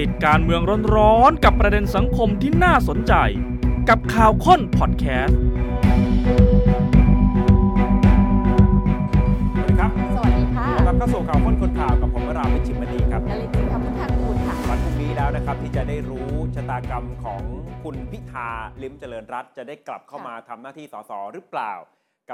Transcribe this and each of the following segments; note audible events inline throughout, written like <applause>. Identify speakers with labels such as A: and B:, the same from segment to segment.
A: ติดการเมืองร้อนๆกับประเด็นสังคมที่น่าสนใจ กับข่าวค้นพอดแคสต์
B: สวัสดีครับ
C: สวัสดีค่ะ
B: ต้อนรับเข้าสู่ข่าวค้นคนข่าวกับผมวราวิชิตมณีครับ
C: นลินจิตคำพุทธากูลค่ะ
B: วันพรุ่งนี้แล้วนะครับที่จะได้รู้ชะตากรรมของคุณพิธาลิ้มเจริญรัตน์จะได้กลับเข้ามาทำหน้าที่สสหรือเปล่า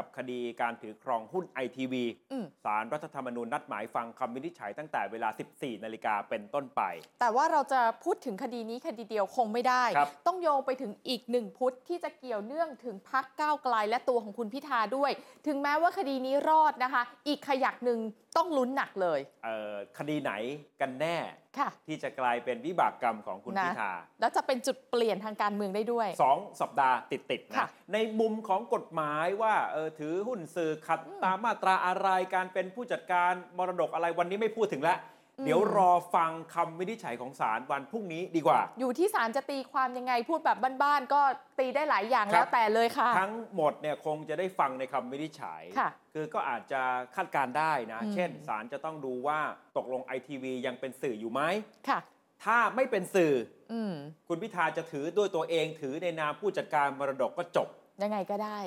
B: กับคดีการถือครองหุ้นไอทีวี
C: อืม
B: สารรัฐธรรมนูญนัดหมายฟังคำวินิจฉัยตั้งแต่เวลา 14 นาฬิกาเป็นต้นไป
C: แต่ว่าเราจะพูดถึงคดีนี้คดีเดียวคงไม่ได้
B: ครับ
C: ต้องโยงไปถึงอีกหนึ่งพุทธที่จะเกี่ยวเนื่องถึงพักก้าวไกลและตัวของคุณพิธาด้วย ถึงแม้ว่าคดีนี้รอดนะคะ อีกขยักหนึ่งต้องลุ้นหนักเลย
B: เอ่อคดีไหนกันแน่
C: ค่ะ
B: ที่จะกลายเป็นวิบากกรรมของคุณ
C: นะ
B: พิธา
C: แล้วจะเป็นจุดเปลี่ยนทางการเมืองได้ด้วย
B: สองสัปดาห์ติดติดๆ
C: ค่ะ
B: นะในมุมของกฎหมายว่าเออถือหุ้นสื่อขัดตามมาตราอะไรการเป็นผู้จัดการมรดกอะไรวันนี้ไม่พูดถึงแล้ว
C: อืม
B: เดี๋ยวรอฟังคำวินิจฉัยของศาลวันพรุ่งนี้ดีกว่า
C: อยู่ที่ศาลจะตีความยังไงพูดแบบบ้านๆก็ตีได้หลายอย่าง
B: ครั
C: แล้ว
B: บ
C: แต่เลยค่ะ
B: ทั้งหมดเนี่ยคงจะได้ฟังในคำวินิจฉัย
C: ค่ะ
B: คือก็อาจจะคาดการณ์ได้นะ
C: อืม
B: เช่นศาลจะต้องดูว่าตกลงไอทีวียังเป็นสื่ออยู่ไหม
C: ค่ะ
B: ถ้าไม่เป็นสื่อ
C: อืม
B: คุณพิธาจะถือด้วยตัวเองถือในนามผู้จัดการมรดกก็จบ
C: ยังไงก็ได้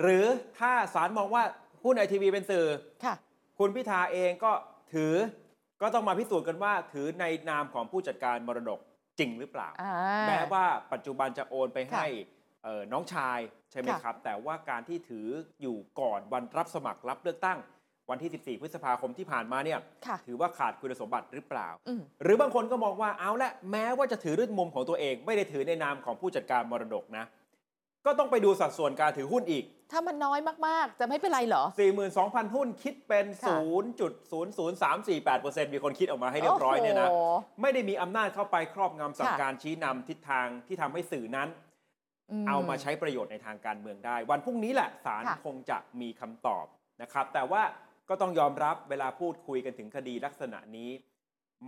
B: หรือถ้าศาลมองว่าหุ้นไอทีวีเป็นสื่อ
C: ค่ะ
B: คุณพิธาเองก็ถือก็ต้องมาพิสูจน์กันว่า ถือในนามของผู้จัดการมรดกจริงหรือเปล่า
C: อ่า
B: แม้ว่าปัจจุบันจะโอนไป
C: ค่ะ
B: ให้เอ่อน้องชายใช่ไหม
C: ค่ะ
B: ครับ แต่ว่าการที่ถืออยู่ก่อนวันรับสมัครรับเลือกตั้ง วันที่ 14 พฤษภาคมที่ผ่านมาเนี่ย
C: ค่ะ
B: ถือว่าขาดคุณสมบัติหรือเปล่า
C: อืม
B: หรือบางคนก็มองว่าเอาละแม้ว่าจะถือด้วยมุมของตัวเอง ไม่ได้ถือในนามของผู้จัดการมรดกนะ ก็ต้องไปดูสัดส่วนการถือหุ้นอีก
C: ถ้ามันน้อยมาก ๆ จะไม่เป็นไรเหรอ
B: 42,000 หุ้นคิดเป็น
C: ค่ะ
B: 0.00348%มีคนคิดออกมาให้เรียบร้อยเนี่ยนะ
C: โโห
B: ไม่ได้มีอำนาจเข้าไปครอบงำสั่ง
C: ค่ะ
B: การชี้นำทิศทางที่ทำให้สื่อนั้น เอามาใช้ประโยชน์ในทางการเมืองได้ วันพรุ่งนี้แหละศาล
C: ค่ะ
B: คงจะมีคำตอบนะครับ แต่ว่าก็ต้องยอมรับเวลาพูดคุยกันถึงคดีลักษณะนี้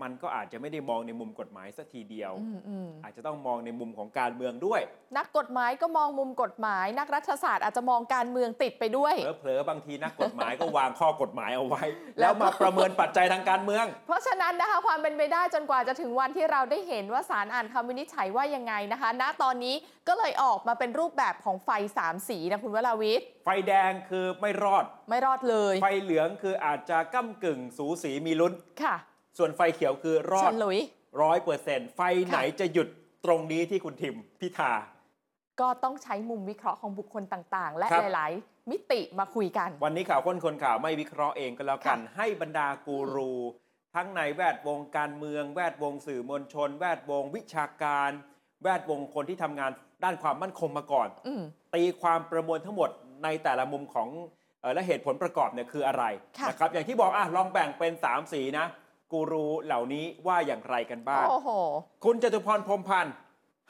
B: มันก็อาจจะไม่ได้มองในมุมกฎหมายสัทีเดียว
C: อืมอืม
B: อาจจะต้องมองในมุมของการเมืองด้วย
C: นักกฎหมายก็มองมุมกฎหมาย นักรัฐศาสตร์อาจจะมองการเมืองติดไปด้วย
B: เผลอๆบางทีนักกฎหมายก็วางข้อกฎหมายเอา
C: <laughs>
B: ไว้
C: แล้
B: แล้ว
C: ว
B: มาประเมินปัจจัยทางการเมือง
C: เพราะฉะนั้นนะคะความเป็นไปได้จนกว่าจะถึงวันที่เราได้เห็นว่าศาลอ่านคำวินิจฉัยว่ายังไงนะคะ ณตอนนี้ก็เลยออกมาเป็นรูปแบบของไฟสามสีนะคุณวราวิทย์
B: ไฟแดงคือไม่ร
C: <laughs>
B: อด
C: ไม่รอดเลย
B: ไฟเหลืองคืออาจจะก้ากึ่งสูสีมีลุ้น
C: ค่ะ
B: ส่วนไฟเขียวคือรอ
C: เฉ
B: ด
C: นหลุย
B: ร้อยเปอร์เซ็นต์ไฟไหนจะหยุดตรงนี้ที่คุณทิมพิธา
C: ก็ต้องใช้มุมวิเคราะห์ของบุคคลต่างๆ และ
B: ครับ
C: หลาย ๆ มิติมาคุยกัน
B: วันนี้ข่าวค้นคนข่าวไม่วิเคราะห์เองก็แล้วกัน ให้บรรดากูรู ทั้งในแวดวงการเมือง แวดวงสื่อมวลชน แวดวงวิชาการ แวดวงคนที่ทำงานด้านความมั่นคงมาก่อน
C: อืม
B: ตีความประมวลทั้งหมดในแต่ละมุมของเอ่อและเหตุผลประกอบเนี่ยคืออะไร
C: ค่ะ
B: นะครับอย่างที่บอกอ่ะลองแบ่งเป็น 3 สีนะ กูรูเหล่านี้ว่าอย่างไรกันบ้าง
C: โอ้โห
B: คุณจตุพรพรหมพันธ์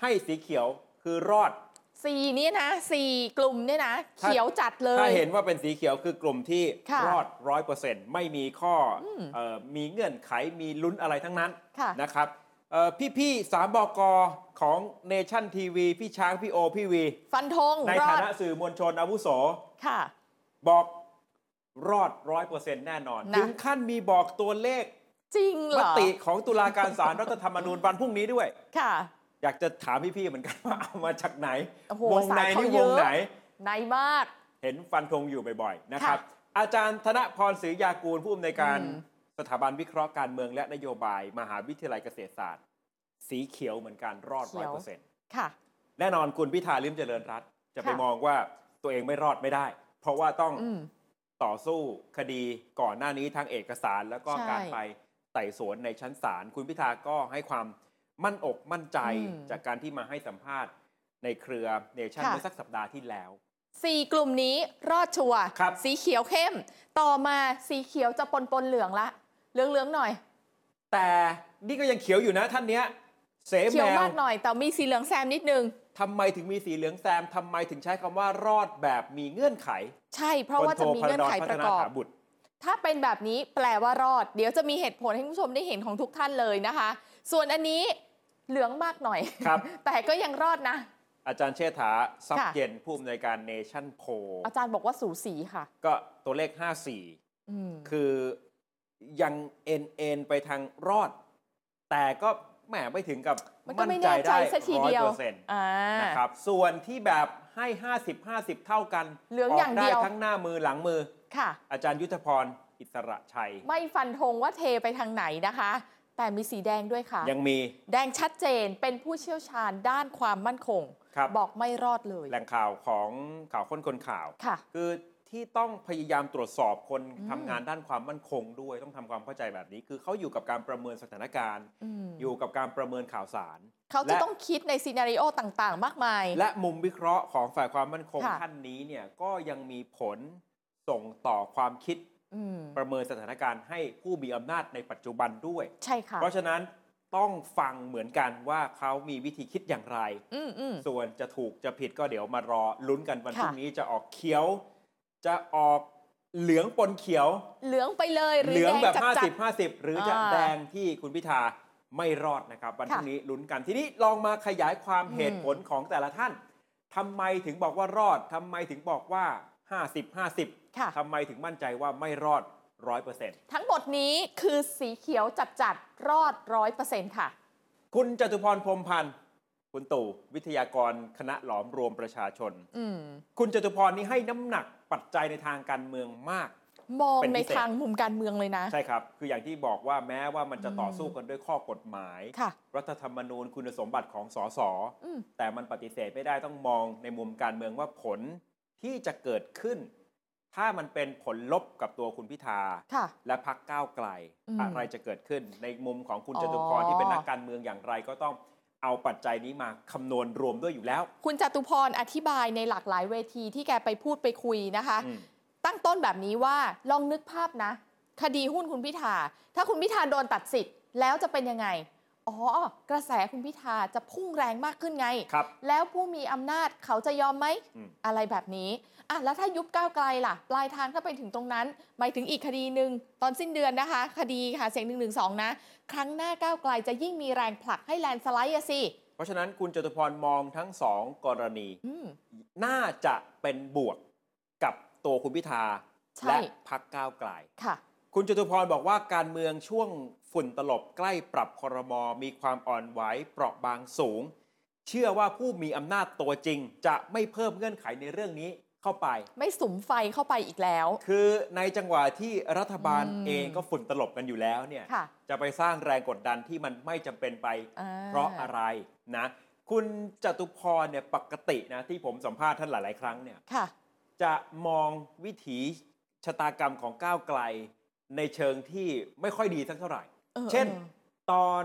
B: ให้สีเขียวคือรอด
C: สี่เนี่ยนะสี่กลุ่มเนี่ยนะ
B: ถ้า
C: เขียวจัดเลย
B: ถ้าเห็นว่าเป็นสีเขียวคือกลุ่มที่
C: ค่ะ
B: รอดร้อยเปอร์เซ็นต์ไม่มีข้อ
C: ม
B: เอ่อมีเงื่อนไขมีลุ้นอะไรทั้งนั้น
C: ค่ะ
B: นะครับเอ่อพี่ๆสามบกของเนชั่นทีวีพี่ช้างพี่โอพี่วี
C: ฟันธง
B: ใน
C: รอ
B: ฐา
C: ด
B: นะสื่อมวลชนอาวุโส
C: ค่ะ
B: บอกรอดร้อยเปอร์เซ็นต์แน่นอน
C: นะ
B: ถึงขั้นมีบอกตัวเลข
C: จริงเห
B: ม
C: รอ
B: ติของตุลาการศาลรัฐธรรมนูญวันพรุ่งนี้ด้วย
C: ค่ะ
B: อยากจะถามพี่ๆเหมือนกันว่า เอามาจากไหน
C: โอ้โห
B: วงใน
C: สายเขา
B: นี่
C: เยว อะ
B: งไหน
C: ในมาก
B: เห็นฟันธงอยู่บ่อยๆ นะครับ อาจารย์ธนพรศรียากูลผู้อำนวยการ
C: อืม
B: สถาบันวิเคราะห์การเมืองและนโยบาย มหาวิทยาลัยเกษตรศาสตร์ สีเขียวเหมือนกันรอดร้อยเปอร์เซ็นต์
C: ค่ะ
B: แน่นอนคุณพิธาลิมเจริญรัตน์จะไป
C: ค่ะ
B: มองว่าตัวเองไม่รอดไม่ได้ เพราะว่าต้อง
C: อืม
B: ต่อสู้คดีก่อนหน้านี้ทางเอกสารแล้วก็
C: ใช่
B: การไปไต่สวนในชั้นศาลคุณพิธาก็ให้ความมั่นอกมั่นใจ
C: อืม
B: จากการที่มาให้สัมภาษณ์ในเครือเนชั่น
C: ค่ะ
B: เมื่อสักสัปดาห์ที่แล้ว
C: สี่กลุ่มนี้รอดชัวร์
B: ครับ
C: สีเขียวเข้ม ต่อมาสีเขียวจะปนปนๆเหลืองละเหลืองเหลืองๆหน่อย
B: แต่นี่ก็ยังเขียวอยู่นะท่านเนี้ย เส
C: เขี
B: แม
C: ยว
B: ว
C: มากหน่อย แต่มีสีเหลืองแซมนิดนึง
B: ทำไมถึงมีสีเหลืองแซมทำไมถึงใช้คำว่ารอดแบบมีเงื่อนไข
C: ใช่เพราะว่าจะมีเงื่อนไขประกอบ
B: พลโทพลดลพัฒนาถาบุตร
C: ถ้าเป็นแบบนี้แปลว่ารอด เดี๋ยวจะมีเหตุผลให้คุณผู้ชมได้เห็นของทุกท่านเลยนะคะ ส่วนอันนี้เหลืองมากหน่อย
B: ครับ
C: <laughs> แต่ก็ยังรอดนะ
B: อาจารย์เชษฐาทรัพย์
C: ค่ะ
B: เย็นผู้อำนวยการเนชั่นโพ
C: อาจารย์บอกว่าสูสีค่ะ
B: ก็ตัวเลข 54
C: อืม
B: คือยังเอ็นเอ็นไปทางรอด แต่ก็ แหมไม่ถึงกับ
C: มันก็ไม่แน่ใจซะทีเดียว
B: ร้อยเปอร์เซ็นต์
C: อ่า
B: นะครับส่วนที่แบบให้ 50 50 เท่ากัน
C: เหลืองอย่างเดียว
B: กไทั้งหน้ามือหลังมือ
C: ค่ะ
B: อาจารย์ยุทธพรอิสระชัย
C: ไม่ฟันธงว่าเทไปทางไหนนะคะ แต่มีสีแดงด้วยค่ะ
B: ยังมี
C: แดงชัดเจนเป็นผู้เชี่ยวชาญด้านความมั่นคง
B: ครับ
C: อกไม่รอดเลย
B: แหล่งข่าวของข่าวค้นคนข่าว
C: ค่ะ
B: คือที่ต้องพยายามตรวจสอบคน
C: อืม
B: ทำงานด้านความมั่นคงด้วยต้องทำความเข้าใจแบบนี้ คือเขาอยู่กับการประเมินสถานการณ์
C: อืม
B: อยู่กับการประเมินข่าวสาร
C: เขาจะ
B: และ
C: ต้องคิดในซีนารีโอต่างๆ มากมาย
B: และมุมวิเคราะห์ของฝ่ายความมั่นคง
C: ค่ะ
B: ท่านนี้เนี่ยก็ยังมีผลส่งต่อความคิด
C: อืม
B: ประเมินสถานการณ์ให้ผู้มีอำนาจในปัจจุบันด้วย
C: ใช่ค่ะ
B: เพราะฉะนั้นต้องฟังเหมือนกันว่าเขามีวิธีคิดอย่างไร
C: อืมอืม
B: ส่วนจะถูกจะผิดก็เดี๋ยวมารอลุ้นกันวัน
C: ค่ะ
B: พรุ่งนี้จะออกเขียว จะออกเหลืองปนเขียว
C: เหลืองไปเลยหรือ
B: เหลืองแบบ
C: ดจัด
B: 50 50 หรือจะ
C: อ่า
B: แดงที่คุณพิธาไม่รอดนะครับ วันพรุ่ง
C: ค่ะ
B: นี้ลุ้นกันทีนี้ลองมาขยายความ
C: อืม
B: เหตุผลของแต่ละท่านทำไมถึงบอกว่ารอดทำไมถึงบอกว่า 50 50
C: ค่ะ
B: ทำไมถึงมั่นใจว่าไม่รอด 100%
C: ทั้งหมดนี้คือสีเขียวจัดจัดๆรอดร้อยเปอร์เซ็นต์ค่ะ
B: คุณจตุพรพรหมพันธ์คุณตู่วิทยากรคณะหลอมรวมประชาชน
C: อืม
B: คุณจตุพรนี่ให้น้ำหนักปัจจัยในทางการเมืองมาก
C: มอง
B: เป็น
C: ใน
B: พิเศษ
C: ทางมุมการเมืองเลยนะ
B: ใช่ครับ คืออย่างที่บอกว่าแม้ว่ามันจะ
C: อืม
B: ต่อสู้กันด้วยข้อกฎหมาย
C: ค่ะ
B: รัฐธรรมนูญคุณสมบัติของสส
C: อืม
B: แต่มันปฏิเสธไม่ได้ต้องมองในมุมการเมืองว่าผลที่จะเกิดขึ้น ถ้ามันเป็นผลลบกับตัวคุณพิธา
C: ค่ะ
B: และพักก้าวไกล
C: อืม
B: อะไรจะเกิดขึ้น ในมุมของคุณ
C: อ๋อ
B: จตุพรที่เป็นนักการเมืองอย่างไรก็ต้องเอาปัจจัยนี้มาคำนวณรวมด้วยอยู่แล้ว
C: คุณจตุพรอธิบายในหลากหลายเวทีที่แกไปพูดไปคุยนะคะ
B: อืม
C: ตั้งต้นแบบนี้ว่าลองนึกภาพนะ คดีหุ้นคุณพิธา ถ้าคุณพิธาโดนตัดสิทธิ์แล้วจะเป็นยังไง อ๋อ กระแสคุณพิธาจะพุ่งแรงมากขึ้นไง
B: ครับ
C: แล้วผู้มีอำนาจเขาจะยอมไหม
B: อืม
C: อะไรแบบนี้อ่ะแล้วถ้ายุบก้าวไกลล่ะ ปลายทางถ้าไปถึงตรงนั้น หมายถึงอีกคดีหนึ่งตอนสิ้นเดือนนะคะ คดีหาเสียงหนึ่งหนึ่งสองนะ ครั้งหน้าก้าวไกลจะยิ่งมีแรงผลักให้แลนด์สไลด์อะสิ
B: เพราะฉะนั้นคุณจตุพรมองทั้งสองกรณี
C: อืม
B: น่าจะเป็นบวกกับตัวคุณพิธา
C: ใช่
B: และพักก้าวไกล
C: ค่ะ
B: คุณจตุพรบอกว่าการเมืองช่วงฝุ่นตลบใกล้ปรับคอรมอมีความอ่อนไหวเปราะบางสูง เชื่อว่าผู้มีอำนาจตัวจริง จะไม่เพิ่มเงื่อนไขในเรื่องนี้เข้าไป
C: ไม่สุมไฟเข้าไปอีกแล้ว
B: คือในจังหวะที่รัฐบาล
C: อืม
B: เองก็ฝุ่นตลบกันอยู่แล้วเนี่ย
C: ค่ะ
B: จะไปสร้างแรงกดดันที่มันไม่จำเป็นไป
C: อ่
B: เพราะอะไรนะ คุณจตุพรเนี่ยปกตินะที่ผมสัมภาษณ์ท่านหลาย ๆ ครั้งเนี่ย
C: ค่ะ
B: จะมองวิถีชะตากรรมของก้าวไกล ในเชิงที่ไม่ค่อยดีสักเท่าไหร่
C: ออ
B: เช่น
C: ออ
B: ตอน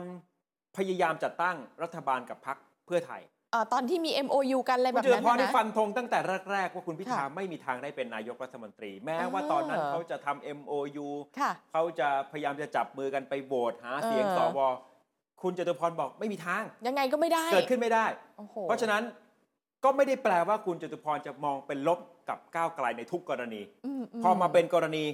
B: พยายามจัดตั้งรัฐบาลกับพักเพื่อไทย
C: เอ่อตอนที่มี MOU กันอะไรแบ
B: คุ
C: บ
B: ณจุล
C: นั้น
B: พรได้
C: นะ
B: ฟันธงตั้งแต่แรก ๆ ว่าคุณพิธา
C: ค่ะ
B: ไม่มีทางได้เป็นนายกรัฐมนตรี แม้
C: อ่า
B: ว่าตอนนั้นเขาจะทำ MOU
C: ค่ะ
B: เขาจะพยายามจะจับมือกันไปโหวตหาเสียง
C: เออ
B: สวคุณจตุพรบอกไม่มีทาง
C: ยังไงก็ไม่ได้
B: เกิดขึ้นไม่ได้
C: โอ้โห
B: เพราะฉะนั้นก็ไม่ได้แปลว่าคุณจตุพรจะมองเป็นลบกับก้าวไกลในทุกกรณี พอมาเป็นกรณี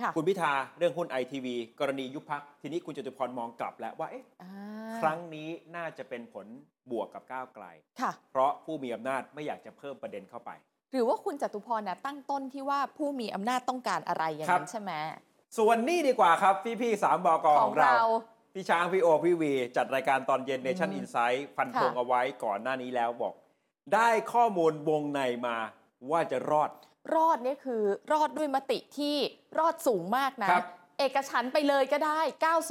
C: ค่ะ
B: คุณพิธาเรื่องหุ้นไอทีวีกรณียุบพักทีนี้คุณจตุพรมองกลับแล้วว่าเอ๊ะ
C: อ่า
B: ครั้งนี้น่าจะเป็นผลบวกกับก้าวไกล
C: ค่ะ
B: เพราะผู้มีอำนาจไม่อยากจะเพิ่มประเด็นเข้าไป
C: หรือว่าคุณจตุพรนะตั้งต้นที่ว่าผู้มีอำนาจต้องการอะไรอย่าง
B: ครั
C: นั้
B: บ
C: นใช่ไหม
B: ส่วนนี้ดีกว่าครับ พี่พี่ๆสามบกของเรา พี่ช้างพี่โอ พี่วี จัดรายการตอนเย็น Nation Insight ฟันธงเอาไว้ก่อนหน้านี้แล้วบอก ได้ข้อมูลวงในมาว่าจะรอด
C: รอดเนี่ยคือรอดด้วยมติที่รอดสูงมากนะ
B: ครับ
C: เอกฉันท์ไปเลยก็ได้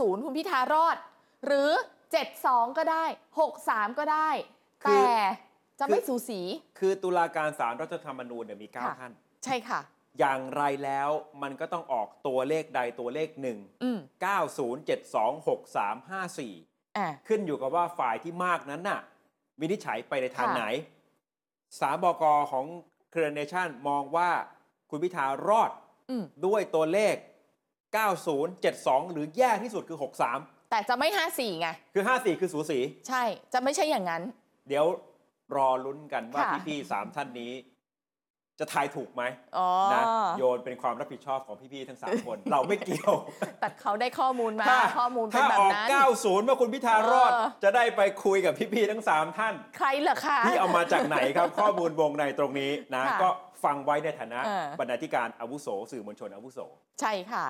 C: 90 คุณพิธารอด หรือ 72 ก็ได้ 63 ก็ได้ แต่จะไม่สูสี
B: คือตุลาการสารรัฐธรรมนูญเนี่ยมี
C: ค่ะ
B: 9ท่าน
C: ใช่ค่ะ
B: อย่างไรแล้วมันก็ต้องออกตัวเลขใดตัวเลขหนึ่ง
C: อืม
B: 90726354
C: อ่า
B: ขึ้นอยู่กับว่าฝ่ายที่มากนั้นน่ะวินิจฉัยไปในทาง
C: ค่ะ
B: ไหน สามบกของเครือเนชั่นมองว่าคุณพิธารอด
C: อืม
B: ด้วยตัวเลข 9072 หรือแย่ที่สุดคือ 63
C: แต่จะไม่ 54 ไง
B: คือ 54 คือสูสี
C: ใช่ จะไม่ใช่อย่างนั้น
B: เดี๋ยวรอลุ้นกันว่า
C: ค่ะ
B: พี่ๆสามท่านนี้ จะทายถูกไหม
C: อ๋อ
B: นะโยนเป็นความรับผิดชอบของพี่ๆทั้งสามคน เราไม่เกี่ยว
C: แต่เขาได้ข้อมูลมา ข้อมูลเป็นแบบนั้น
B: ถ้าออก 90 เมื่อคุณพิธารอด
C: เออ
B: จะได้ไปคุยกับพี่ ๆ ทั้ง 3 ท่าน
C: ใครเหรอคะ
B: ที่เอามาจากไหนครับ
C: <laughs>
B: ข้อมูลวงในตรงนี้นะ
C: ค่ะ
B: ก็ฟังไว้ในฐานะ
C: เออ
B: บรรณาธิการอาวุโส สื่อมวลชนอาวุโส
C: ใช่ค่ะ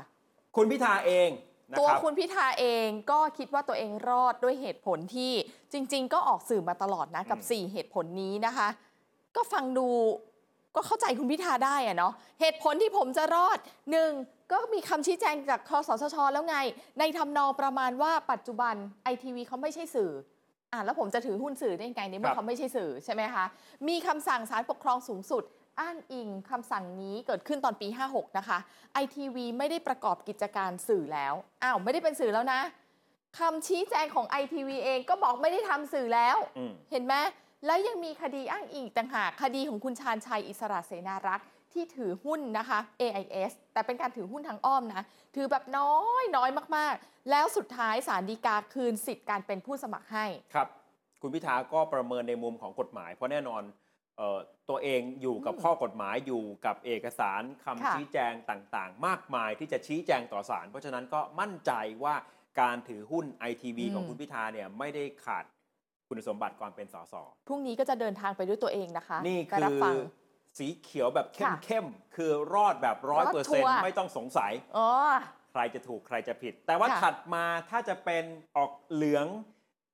B: คุณพิธาเอง นะ
C: ตัว
B: ครับ
C: คุณพิธาเองก็คิดว่าตัวเองรอดด้วยเหตุผลที่จริง ๆ ก็ออกสื่อมาตลอดนะกับ
B: อืม
C: 4 เหตุผลนี้นะคะ ก็ฟังดูก็เข้าใจคุณพิธาได้อะเนาะเหตุผลที่ผมจะรอด 1. ก็มีคำชี้แจงจากคอสชชแล้วไง ในทำนองประมาณว่าปัจจุบันไอทีวีเขาไม่ใช่สื่ออ่ะแล้วผมจะถือหุ้นสื่อได้ยังไงในเมื่อเขาไม่ใช่สื่อใช่ไหมคะ มีคำสั่งศาลปกครองสูงสุด อ้างอิงคำสั่งนี้เกิดขึ้นตอนปี 56 นะคะ ไอทีวีไม่ได้ประกอบกิจการสื่อแล้ว อ้าว ไม่ได้เป็นสื่อแล้วนะคำชี้แจงของไอทีวีเองก็บอกไม่ได้ทำสื่อแล้ว
B: อืม
C: เห็นไหมแล้วยังมีคดีอ้างอิงอีกต่างหากคดีของคุณชาญชัยอิสระเสนารักษ์ที่ถือหุ้นนะคะ AIS แต่เป็นการถือหุ้นทางอ้อมนะ ถือแบบน้อยน้อยมากๆ แล้วสุดท้ายศาลฎีกาคืนสิทธิ์การเป็นผู้สมัครให้
B: ครับ คุณพิธาก็ประเมินในมุมของกฎหมาย เพราะแน่นอนเอ่อตัวเองอยู่กับ
C: อืม
B: ข้อกฎหมายอยู่กับเอกสารคำ
C: ค่ะ
B: ชี้แจงต่างๆ มากมายที่จะชี้แจงต่อศาลเพราะฉะนั้นก็มั่นใจว่าการถือหุ้นไอทีวี
C: อืม
B: ของคุณพิธาเนี่ยไม่ได้ขาดคุณสมบัติความเป็นสส
C: พรุ่งนี้ก็จะเดินทางไปด้วยตัวเองนะคะ
B: นี่
C: ไป
B: คื
C: รับ
B: อ
C: ฟัง
B: สีเขียวแบบเข้ม
C: ค่ะ
B: เข้มๆคือรอดแบบร้อยเปอร์เซ็น
C: รอด
B: ต์
C: ชัวร์
B: ไม่ต้องสงสัย
C: อ๋อ
B: ใครจะถูกใครจะผิด แต่ว่า
C: ค่ะ
B: ถัดมาถ้าจะเป็นออกเหลือง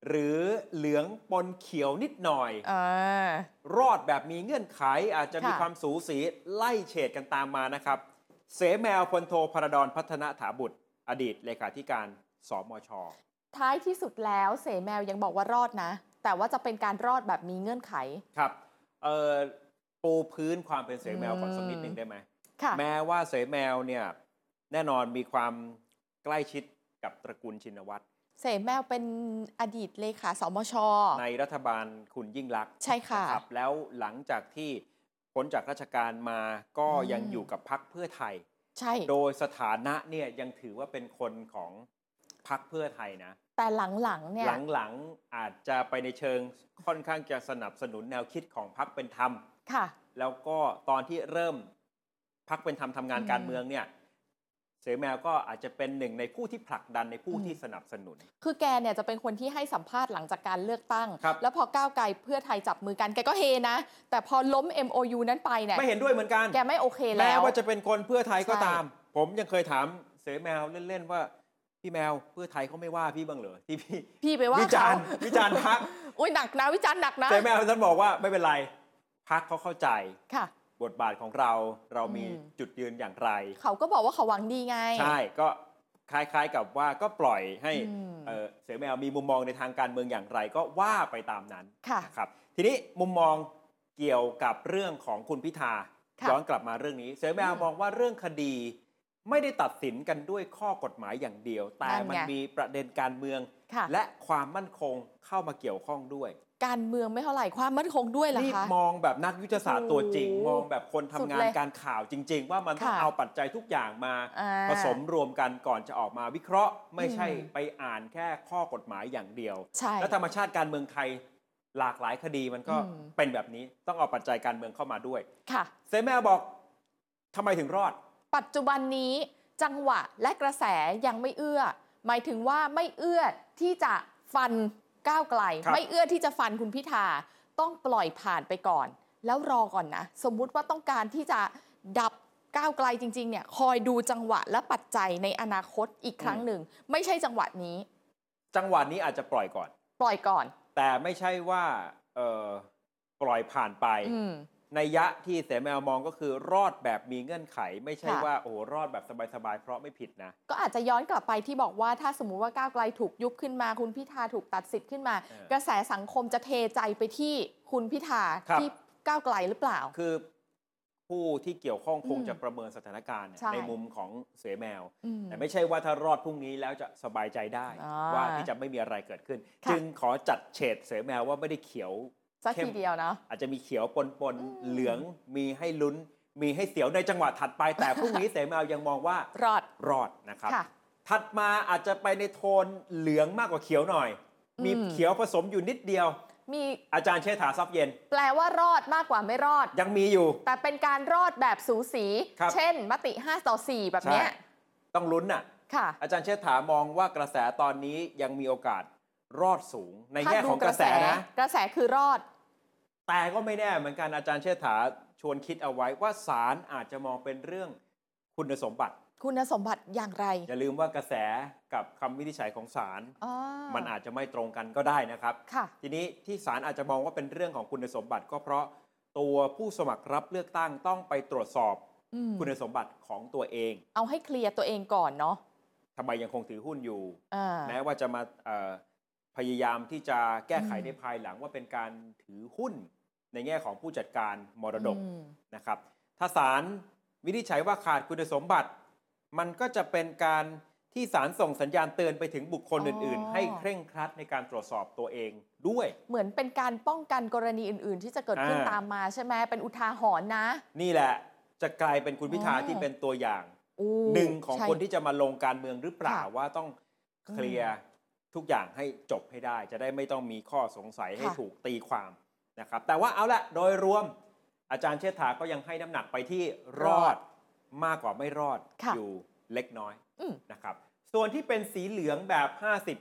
B: หรือเหลืองปนเขียวนิดหน่อย
C: อ่า
B: รอดแบบมีเงื่อนไขอาจจะมี
C: ค่ะ
B: ความสูสีไล่เฉดกันตามมานะครับ เสแมวพลโทพระดอนพัฒนาถาบุตร อดีตเลขาธิการสมช
C: ท้ายที่สุดแล้วเสแมวยังบอกว่ารอดนะ แต่ว่าจะเป็นการรอดแบบมีเงื่อนไข
B: ครับเอ่อปูพื้นความเป็นเสแมวก่อนสักนิดหนึ่งได้ไหม
C: ค่ะ
B: แม้ว่าเสแมวเนี่ยแน่นอนมีความใกล้ชิดกับตระกูลชินวัตร
C: เสแมวเป็นอดีตเลขาสมช
B: ในรัฐบาลคุณยิ่งลักษณ์
C: ใช่ค่ะ
B: นะครับแล้วหลังจากที่พ้นจากราชการมาก็
C: อืม
B: ยังอยู่กับพักเพื่อไทย
C: ใช่
B: โดยสถานะเนี่ยยังถือว่าเป็นคนของพักเพื่อไทยนะ
C: แต่หลังๆเนี่ย
B: หลังๆอาจจะไปในเชิงค่อนข้างจะสนับสนุนแนวคิดของพักเป็นธรรม
C: ค่ะ
B: แล้วก็ตอนที่เริ่มพักเป็นธรรมทำงาน
C: อืม
B: การเมืองเนี่ยเสแมวก็อาจจะเป็นหนึ่งในผู้ที่ผลักดันในผู้
C: อืม
B: ที่สนับสนุน
C: คือแกเนี่ยจะเป็นคนที่ให้สัมภาษณ์หลังจากการเลือกตั้ง
B: ครับ
C: แล้วพอก้าวไกลเพื่อไทยจับมือกันแกก็เฮนะ แต่พอล้ม MOU นั้นไปเนี่ย
B: ไม่เห็นด้วยเหมือนกัน
C: แกไม่โอเค
B: แม้
C: แล้ว
B: ว่าจะเป็นคนเพื่อไทยก็
C: ใช่
B: ตาม ผมยังเคยถามเสแมวเล่นๆว่าพี่แมวเพื่อไทยเขาไม่ว่าพี่บ้างเหรอที่พี่
C: พี่ไปว่า
B: วิจาร
C: เขา
B: ณ์วิจารณ์พัก
C: <laughs> อุ้ยหนักนะวิจารณ์หนักนะ
B: แต่แม่ท่านบอกว่าไม่เป็นไรพักเขาเข้าใจ
C: ค่ะ
B: บทบาทของเราเรามี
C: อืม
B: จุดยืนอย่างไร
C: เขาก็บอกว่าเขาหวังดีไง
B: ใช่ก็คล้ายๆกับว่าก็ปล่อยให้
C: อืม
B: เอ่อเสือแมวมีมุมมองในทางการเมืองอย่างไร ก็ว่าไปตามนั้น
C: ค่ะ
B: นะครับทีนี้มุมมองเกี่ยวกับเรื่องของคุณพิธา
C: ค่ะ
B: ย้อนกลับมาเรื่องนี้ เสือแมว
C: อืม
B: มองว่าเรื่องคดี ไม่ได้ตัดสินกันด้วยข้อกฎหมายอย่างเดียว แต่
C: นั่นไง
B: มันมีประเด็นการเมือง
C: ค่ะ
B: และความมั่นคงเข้ามาเกี่ยวข้องด้วย
C: การเมืองไม่เท่าไหร่ความมั่นคงด้วยเหรอ
B: นี่
C: คะ
B: มองแบบนักยุทธศาสตร์ตัวจริง
C: โอ้โห
B: มองแบบคนทำงา
C: สุด
B: น
C: เลย
B: การข่าวจริง ๆ ว่ามันต้อง
C: ค่ะ
B: เอาปัจจัยทุกอย่างมา
C: อ่า
B: ผสมรวมกันก่อนจะออกมาวิเคราะห์ ไม่ใช่
C: อืม
B: ไปอ่านแค่ข้อกฎหมายอย่างเดียว
C: ใช่
B: และธรรมชาติการเมืองไทยหลากหลายคดีมันก็
C: อืม
B: เป็นแบบนี้ต้องเอาปัจจัยการเมืองเข้ามาด้วย
C: ค่ะ
B: เซแม่บอกทำไมถึงรอด
C: ปัจจุบันนี้จังหวะและกระแสยังไม่เอื้อ หมายถึงว่าไม่เอื้อที่จะฟันก้าวไกล
B: ครับ
C: ไม่เอื้อที่จะฟันคุณพิธาต้องปล่อยผ่านไปก่อน แล้วรอก่อนนะ สมมุติว่าต้องการที่จะดับก้าวไกลจริง ๆ เนี่ย คอยดูจังหวะและปัจจัยในอนาคตอีกครั้ง
B: อืม
C: หนึ่ง ไม่ใช่จังหวะนี้
B: จังหวะนี้อาจจะปล่อยก่อน
C: ปล่อยก่อน
B: แต่ไม่ใช่ว่าเอ่อปล่อยผ่านไป
C: อืม
B: ในยะที่เสแมวมองก็คือรอดแบบมีเงื่อนไข ไม่ใช่
C: ค่ะ
B: ว่าโอ้โหรอดแบบสบายๆเพราะไม่ผิดนะ
C: ก็อาจจะย้อนกลับไปที่บอกว่าถ้าสมมุติว่าก้าวไกลถูกยุบขึ้นมา คุณพิธาถูกตัดสิทธิ์ขึ้นมา
B: เออก
C: ระแสสังคมจะเทใจไปที่คุณพิธา
B: ครับ
C: ที่ก้าวไกลหรือเปล่า
B: คือผู้ที่เกี่ยวข้องคงจะ
C: อืม
B: ประเมินสถานการณ์เนี่ย
C: ใช่
B: ในมุมของเสือแมว
C: อืม
B: แต่ไม่ใช่ว่าถ้ารอดพรุ่งนี้แล้วจะสบายใจได้
C: อ่า
B: ว่าที่จะไม่มีอะไรเกิดขึ้น
C: ค่ะ
B: จึงขอจัดเฉดเสือแมวว่าไม่ได้เขียว
C: สัก
B: เข้
C: ที
B: ม
C: เดียวเนาะ
B: อาจจะมีเขียวปนปนๆ
C: อืม
B: เหลืองมีให้ลุ้น มีให้เสียวในจังหวะถัดไป แต่พรุ่งนี้เสือแมวยังมองว่าร
C: อด
B: รอดนะครับ
C: ค่ะ
B: ถัดมาอาจจะไปในโทนเหลืองมากกว่าเขียวหน่อย มี
C: อืม
B: เขียวผสมอยู่นิดเดียว
C: มี
B: อาจารย์เชษฐาทรัพย์เย็น
C: แปลว่ารอดมากกว่าไม่รอด
B: ยังมีอยู่
C: แต่เป็นการรอดแบบสูสี
B: ครับ
C: เช่น มติ 5 ต่อ 4 แบบเนี้ย
B: ใช่ต้องลุ้นน่ะ
C: ค่ะ
B: อาจารย์เชษฐามองว่ากระแสตอนนี้ยังมีโอกาสรอดสูงใน
C: ถ้า
B: แง่
C: ดู
B: ของกระแสนะ
C: กระแสคือรอด
B: แต่ก็ไม่แน่เหมือนกันอาจารย์เชษฐาชวนคิดเอาไว้ว่าศาลอาจจะมองเป็นเรื่องคุณสมบัติ
C: คุณสมบัติอย่างไร
B: อย่าลืมว่ากระแสกับคำวินิจฉัยของศาล
C: อ๋อ
B: มันอาจจะไม่ตรงกันก็ได้นะครับ
C: ค่ะ
B: ทีนี้ที่ศาลอาจจะมองว่าเป็นเรื่องของคุณสมบัติก็เพราะตัวผู้สมัครรับเลือกตั้งต้องไปตรวจสอบ
C: อืม
B: คุณสมบัติของตัวเอง
C: เอาให้เคลียร์ตัวเองก่อนเนาะ
B: ทำไมยังคงถือหุ้นอยู่
C: อ่า
B: แม้ว่าจะมาเอ่อพยายามที่จะแก้ไข
C: อืม
B: ในภายหลังว่าเป็นการถือหุ้นในแง่ของผู้จัดการมรดก
C: อืม
B: นะครับ ถ้าศาลวินิจฉัยว่าขาดคุณสมบัติ มันก็จะเป็นการที่ศาลส่งสัญญาณเตือนไปถึงบุคคลอื่น ๆ ให้เคร่งครัดในการตรวจสอบตัวเองด้วย
C: เหมือนเป็นการป้องกันกรณีอื่น ๆ ที่จะเกิดขึ้น
B: อ่า
C: ตามมาใช่ไหมเป็นอุทาหรณ์นะ
B: นี่แหละจะกลายเป็นคุณพิธา
C: อ๋อ
B: ที่เป็นตัวอย่าง
C: อู้
B: หนึ่งของ
C: ใช่
B: คนที่จะมาลงการเมืองหรือเปล่า
C: ค่ะ
B: ว่าต้องเคลียร์ทุกอย่างให้จบให้ได้ จะได้ไม่ต้องมีข้อสงสัยให้
C: ค่ะ
B: ถูกตีความนะครับ แต่ว่าเอาละโดยรวม อาจารย์เชษฐาก็ยังให้น้ำหนักไปที่รอดมากกว่าไม่รอด
C: ค่ะ
B: อยู่เล็กน้อย
C: อืม
B: นะครับ ส่วนที่เป็นสีเหลืองแบบ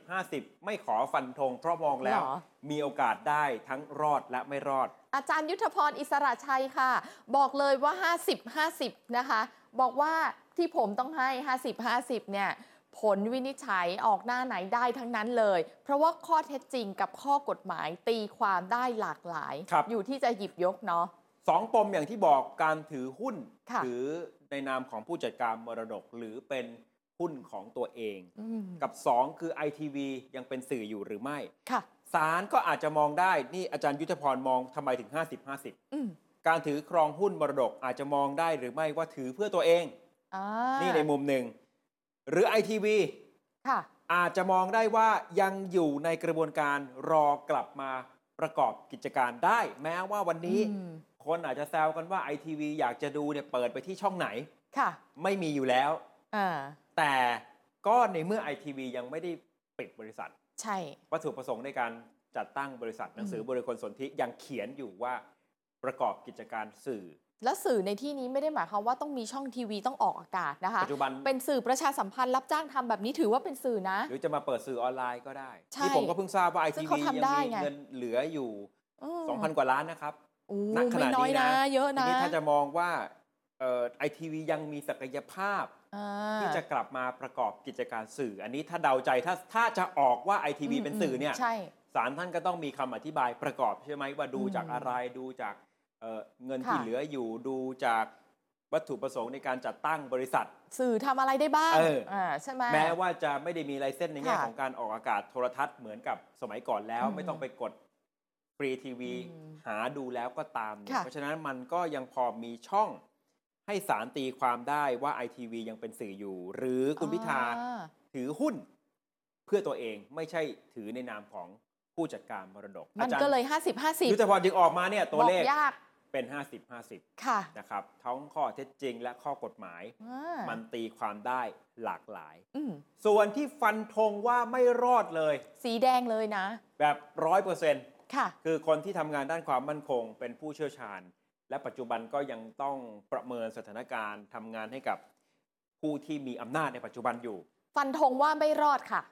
B: 50-50 ไม่ขอฟันธงเพราะมองแล้ว
C: เหรอ
B: มีโอกาสได้ทั้งรอดและไม่รอด
C: อาจารย์ยุทธพรอิสระชัยค่ะ บอกเลยว่า 50 50 นะคะ บอกว่าที่ผมต้องให้ 50 50 เนี่ย ผลวินิจฉัยออกหน้าไหนได้ทั้งนั้นเลย เพราะว่าข้อเท็จจริงกับข้อกฎหมายตีความได้หลากหลาย
B: ครับ
C: อยู่ที่จะหยิบยกเนาะ
B: สองปมอย่างที่บอกการถือหุ้น
C: ค่ะ
B: ถือในนามของผู้จัดการมรดกหรือเป็นหุ้นของตัวเอง
C: อืม
B: กับ 2 คือ ITV ยังเป็นสื่ออยู่หรือไม่
C: ค่ะ
B: ศาลก็อาจจะมองได้ นี่อาจารย์ยุทธพรมองทำไมถึง 50-50
C: อืม
B: การถือครองหุ้นมรดกอาจจะมองได้หรือไม่ว่าถือเพื่อตัวเอง
C: อ่า
B: นี่ในมุมหนึ่ง หรือ ITV
C: ค่ะ
B: อาจจะมองได้ว่ายังอยู่ในกระบวนการรอกลับมาประกอบกิจการได้ แม้ว่าวันนี้
C: อืม
B: คนอาจจะแซวกันว่าไอทีวีอยากจะดูเนี่ยเปิดไปที่ช่องไหน
C: ค่ะ
B: ไม่มีอยู่แล้ว
C: อ่า
B: แต่ก็ในเมื่อไอทีวียังไม่ได้ปิดบริษัท
C: ใช่
B: วัตถุประสงค์ในการจัดตั้งบริษัทหนังสือ
C: อืม
B: บริคลสนธิยังเขียนอยู่ว่าประกอบกิจการสื่อ
C: และสื่อในที่นี้ไม่ได้หมายความว่าต้องมีช่องทีวีต้องออกอากาศนะคะ
B: ปัจจุบัน
C: เป็นสื่อประชาสัมพันธ์รับจ้างทำแบบนี้ถือว่าเป็นสื่อนะ
B: หรือจะมาเปิดสื่อออนไลน์ก็ได้
C: ใช่
B: ที่ผมก็เพิ่งทราบว่าไอ
C: ซึ่
B: ที
C: งเขา
B: วี
C: ทำ
B: ยัง
C: ได้
B: มี
C: ไง
B: เงินเหลืออยู่
C: ม
B: 2,000 กว่าล้านนะครับ
C: โอ้
B: ณขณะ
C: ไม่น้อย
B: นี้นะ
C: นะ เยอะ
B: ที
C: นะ
B: นี้ถ้าจะมองว่าไอทีวียังมีศักยภาพ
C: อ่า
B: ที่จะกลับมาประกอบกิจการสื่อ อันนี้ถ้าเดาใจถ้าถ้าจะออกว่าไอทีวี
C: ม
B: เป็นสื่อเนี่ย
C: ใช่
B: ศาลท่านก็ต้องมีคำอธิบายประกอบใช่ไหมว่าดู
C: อืม
B: จากอะไรดูจากเอ่อเงิน
C: ค่ะ
B: ที่เหลืออยู่ดูจากวัตถุประสงค์ในการจัดตั้งบริษัท
C: สื่อทำอะไรได้บ้าง
B: เออ
C: ใช่ไหม
B: แม้ว่าจะไม่ได้มีไลเซนส์ในแง่
C: ค่ะ
B: ของการออกอากาศโทรทัศน์เหมือนกับสมัยก่อนแล้ว
C: อืม
B: ไม่ต้องไปกดฟรีทีวี
C: อืม
B: หาดูแล้วก็ตามเนี่ย
C: ค่ะ
B: เพราะฉะนั้นมันก็ยังพอมีช่องให้สารตีความได้ว่าไอทีวียังเป็นสื่ออยู่ หรือคุณพิธา
C: อ่า
B: ถือหุ้นเพื่อตัวเองไม่ใช่ถือในนามของผู้จัดการมรดก
C: มัน
B: อาจาร
C: ก็เลย 50
B: ยุท
C: 50
B: ธพรจึงออกมาเนี่ยตัว
C: บอ
B: เล
C: ก
B: ข
C: ยาก
B: เป็น
C: ค
B: 50
C: ่ะ
B: 50 นะครับ ทั้งข้อเท็จจริงและข้อกฎหมาย
C: อ่า
B: มันตีความได้หลากหลาย
C: อืม
B: ส่วนที่ฟันธงว่าไม่รอดเลย
C: สีแดงเลยนะ
B: แบบร้อยเปอร์เซ็นต์
C: ค่ะ
B: คือคนที่ทำงานด้านความมั่นคง เป็นผู้เชี่ยวชาญ และปัจจุบันก็ยังต้องประเมินสถานการณ์ทำงานให้กับผู้ที่มีอำนาจในปัจจุบันอยู่
C: ฟันธงว่าไม่รอดค่ะ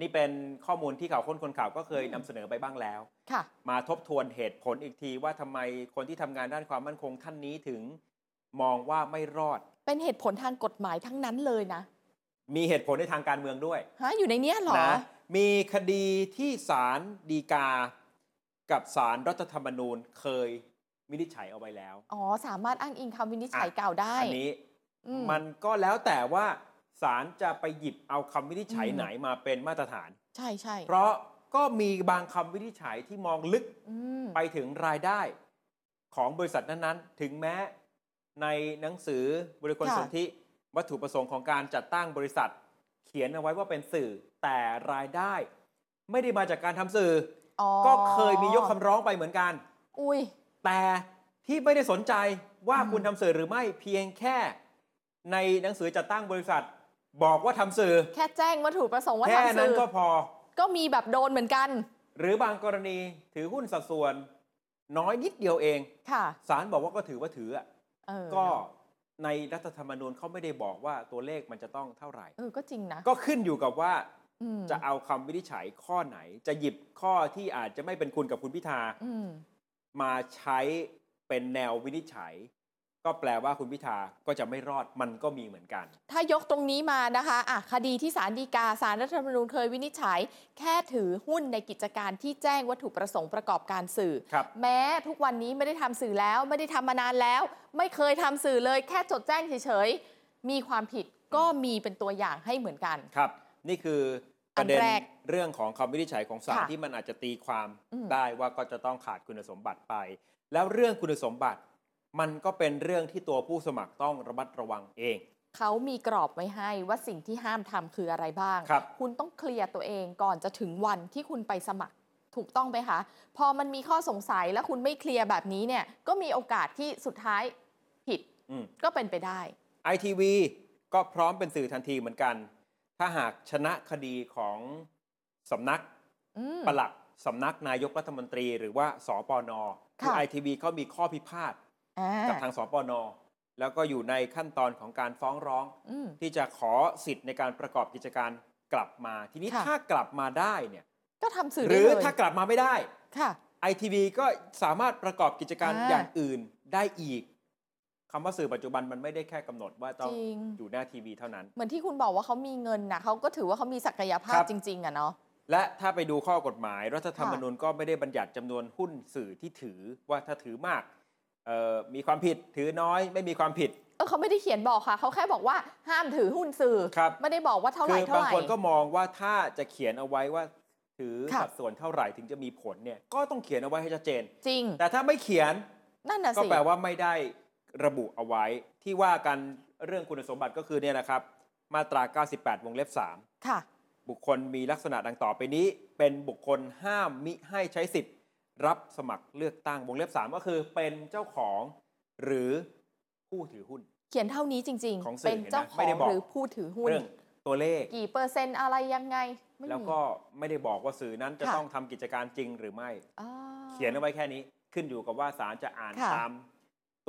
B: นี่เป็นข้อมูลที่ข่าวค้นคนข่าวก็เคยนำเสนอไปบ้างแล้ว
C: ค่ะ
B: มาทบทวนเหตุผลอีกทีว่าทำไมคนที่ทำงานด้านความมั่นคงท่านนี้ถึง มองว่าไม่รอด
C: เป็นเหตุผลทางกฎหมายทั้งนั้นเลยนะ
B: มีเหตุผลในทางการเมืองด้วย
C: ฮะอยู่ในเนี้ยเหรอ
B: นะมีคดีที่ศาลฎีกา กับศาลรรัฐธรรมนูญเคยวินิจฉัยเอาไว้แล้ว
C: อ๋อ สามารถอ้างอิงคำวินิจฉัย
B: อ่ะ
C: เก่าได้
B: อันี้
C: อืม
B: มันก็แล้วแต่ว่าศาลจะไปหยิบเอาคำวินิจฉัย
C: อืม
B: ไหนมาเป็นมาตรฐาน
C: ใช่ใช่
B: เพราะก็มีบางคำวินิจฉัยที่มองลึก
C: อืม
B: ไปถึงรายได้ของบริษัทนั้นๆ ถึงแม้ในหนังสือบริคล
C: ค่ะ
B: สนธิวัตถุประสงค์ของการจัดตั้งบริษัท เขียนเอาไว้ว่าเป็นสื่อแต่รายได้ ไม่ได้มาจากการทำสื่อ
C: อ๋อ
B: อก็เคยมียกคำร้องไปเหมือนกัน
C: อุ้ย
B: แต่ที่ไม่ได้สนใจว่า
C: อืม
B: คุณทำสื่อหรือไม่เพียงแค่ ในหนังสือจัดตั้งบริษัท บอกว่าทำสื่อ
C: แค่แจ้งวัตถุประสงค์ว่า
B: แค่
C: ทำ
B: นั้
C: สื่
B: น
C: อ
B: ก็พอ
C: ก็มีแบบโดนเหมือนกัน
B: หรือบางกรณีถือหุ้นสัดส่วน น้อยนิดเดียวเอง
C: ค่ะ
B: ศาลบอกว่าก็ถือว่าถืออะ
C: เออ
B: ก็ในรัฐธรรมนูญเขาไม่ได้บอกว่าตัวเลขมันจะต้องเท่าไหร่
C: เออ ก็จริงนะ
B: ก็ขึ้นอยู่กับว่า
C: อืม
B: จะเอาคำวินิจฉัยข้อไหน จะหยิบข้อที่อาจจะไม่เป็นคุณกับคุณพิธา
C: อืม
B: มาใช้เป็นแนววินิจฉัย ก็แปลว่าคุณพิธาก็จะไม่รอดมันก็มีเหมือนกัน
C: ถ้ายกตรงนี้มานะคะอ่ะคดีที่ศาลฎีกาศาลรัฐธรรมนูญเคยวินิจฉัย แค่ถือหุ้นในกิจการที่แจ้งวัตถุประสงค์ประกอบการสื่อ
B: ครับ
C: แม้ทุกวันนี้ไม่ได้ทำสื่อแล้วไม่ได้ทำมานานแล้ว ไม่เคยทำสื่อเลยแค่จดแจ้งเฉยๆ มีความผิดก็มีเป็นตัวอย่างให้เหมือนกัน
B: ครับ นี่คือประเด็น
C: อันแรก
B: เรื่องของคำวินิจฉัยของศาล
C: ค่ะ
B: ที่มันอาจจะตีความ
C: อืม
B: ได้ว่าก็จะต้องขาดคุณสมบัติไป แล้วเรื่องคุณสมบัติ มันก็เป็นเรื่องที่ตัวผู้สมัครต้องระมัดระวังเอง
C: เขามีกรอบไว้ให้ว่าสิ่งที่ห้ามทำคืออะไรบ้าง
B: ครับ
C: คุณต้องเคลียร์ตัวเองก่อนจะถึงวันที่คุณไปสมัครถูกต้องไหมคะ พอมันมีข้อสงสัยแล้วคุณไม่เคลียร์แบบนี้เนี่ย ก็มีโอกาสที่สุดท้ายผิด
B: อืม
C: ก็เป็นไปได้
B: ไอทีวีก็พร้อมเป็นสื่อทันทีเหมือนกัน ถ้าหากชนะคดีของสำนัก
C: อืม
B: ปลัดสำนักนายกรัฐมนตรี หรือว่าสปน
C: ค่ะ
B: ไอทีวีเขามีข้อพิพาท
C: อ่า
B: กับทางสปน แล้วก็อยู่ในขั้นตอนของการฟ้องร้อง
C: อืม
B: ที่จะขอสิทธิ์ในการประกอบกิจการกลับมา ทีนี้
C: ค่ะ
B: ถ้ากลับมาได้เนี่ย
C: ก็ทำสื่อ
B: ห
C: ได้
B: รือ
C: เลย
B: ถ้ากลับมาไม่ได้
C: ค่ะ
B: ไอทีวีก็สามารถประกอบกิจการ
C: อ่า
B: อย่างอื่นได้อีกคำว่าสื่อปัจจุบันมันไม่ได้แค่กำหนดว่าต้อง
C: จริง
B: อยู่หน้าทีวีเท่านั้น
C: เหมือนที่คุณบอกว่าเขามีเงินนะเขาก็ถือว่าเขามีศักยภา
B: ค
C: พ
B: รับ
C: จริง ๆอะเนาะ
B: และถ้าไปดูข้อกฎหมาย รัฐธรรม
C: ค่ะ
B: นูญก็ไม่ได้บัญญัติจำนวนหุ้นสื่อที่ถือว่าถ้าถือมากเอ่อมีความผิดถือน้อยไม่มีความผิด
C: เออเขาไม่ได้เขียนบอกค่ะ เขาแค่บอกว่าห้ามถือหุ้นสื่อ
B: ครับ
C: ไม่ได้บอกว่าเท่าไห
B: คื
C: ร่
B: บา
C: เท่าง ไหร่
B: คนก็มองว่าถ้าจะเขียนเอาไว้ว่าถือ
C: ค่ะ
B: สัดส่วนเท่าไหร่ถึงจะมีผลเนี่ยก็ต้องเขียนเอาไว้ให้ชัดเจน
C: จริง
B: แต่ถ้าไม่เขียน
C: นั่นน่ะ
B: ก็
C: สิ
B: แปลว่าไม่ได้ระบุเอาไว้ที่ว่ากันเรื่องคุณสมบัติก็คือเนี่ยนะครับ มาตรา 98 วงเล็บ
C: ค่ะ
B: 3 บุคคลมีลักษณะดังต่อไปนี้ เป็นบุคคลห้ามมิให้ใช้สิทธิ์ รับสมัครเลือกตั้งวงเล็บ 3 ก็คือเป็นเจ้าของ หรือผู้ถือหุ้น
C: เขียนเท่านี้จริง
B: ของ
C: ๆ
B: สื่อ
C: เป็นเจ้าข
B: ไม่
C: อง
B: ได้บอก
C: หรือผู้ถือหุ้น
B: เรื่องตัวเลข
C: กี่เปอร์เซ็นต์อะไรยังไง ไม่มี
B: แล้วก็ไม่ได้บอกว่าสื่อนั้นจะ
C: ค่ะ
B: ต้องทำกิจการจริงหรือไม่
C: อ่า
B: เขียนเอาไว้แค่นี้ขึ้นอยู่กับว่าศาลจะอ่าน
C: ค่ะ
B: ตาม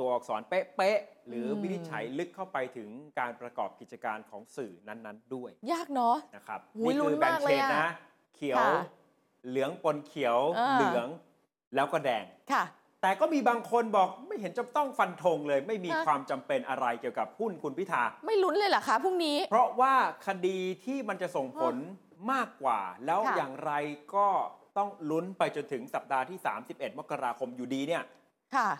B: ตัวอักษรเป๊ะๆหรืออ
C: ม
B: วินิจฉัยลึกเข้าไปถึงการประกอบกิจการของสื่อนั้นๆด้วย
C: ยากเนาะ
B: นะครับ
C: หูย
B: นี่
C: ลุ้
B: คื
C: น
B: แบ่ง
C: มาก
B: เฉ
C: เลย
B: ด
C: อะ
B: นะเขียว
C: ค่ะ
B: เหลืองปนเขียว
C: อ่า
B: เหลืองแล้วก็แดง
C: ค่ะ
B: แต่ก็มีบางคนบอกไม่เห็นจะต้องฟันธงเลย ไม่มี
C: ฮะ
B: ความจำเป็นอะไรเกี่ยวกับหุ้นคุณพิธา
C: ไม่ลุ้นเลยเหรอคะพรุ่งนี้
B: เพราะว่าคดีที่มันจะส่งผลมากกว่า แล้ว
C: ค่ะ
B: อย่างไรก็ต้องลุ้นไปจนถึงสัปดาห์ที่ 31 มกราคมอยู่ดีเนี่ย
C: ค่ะ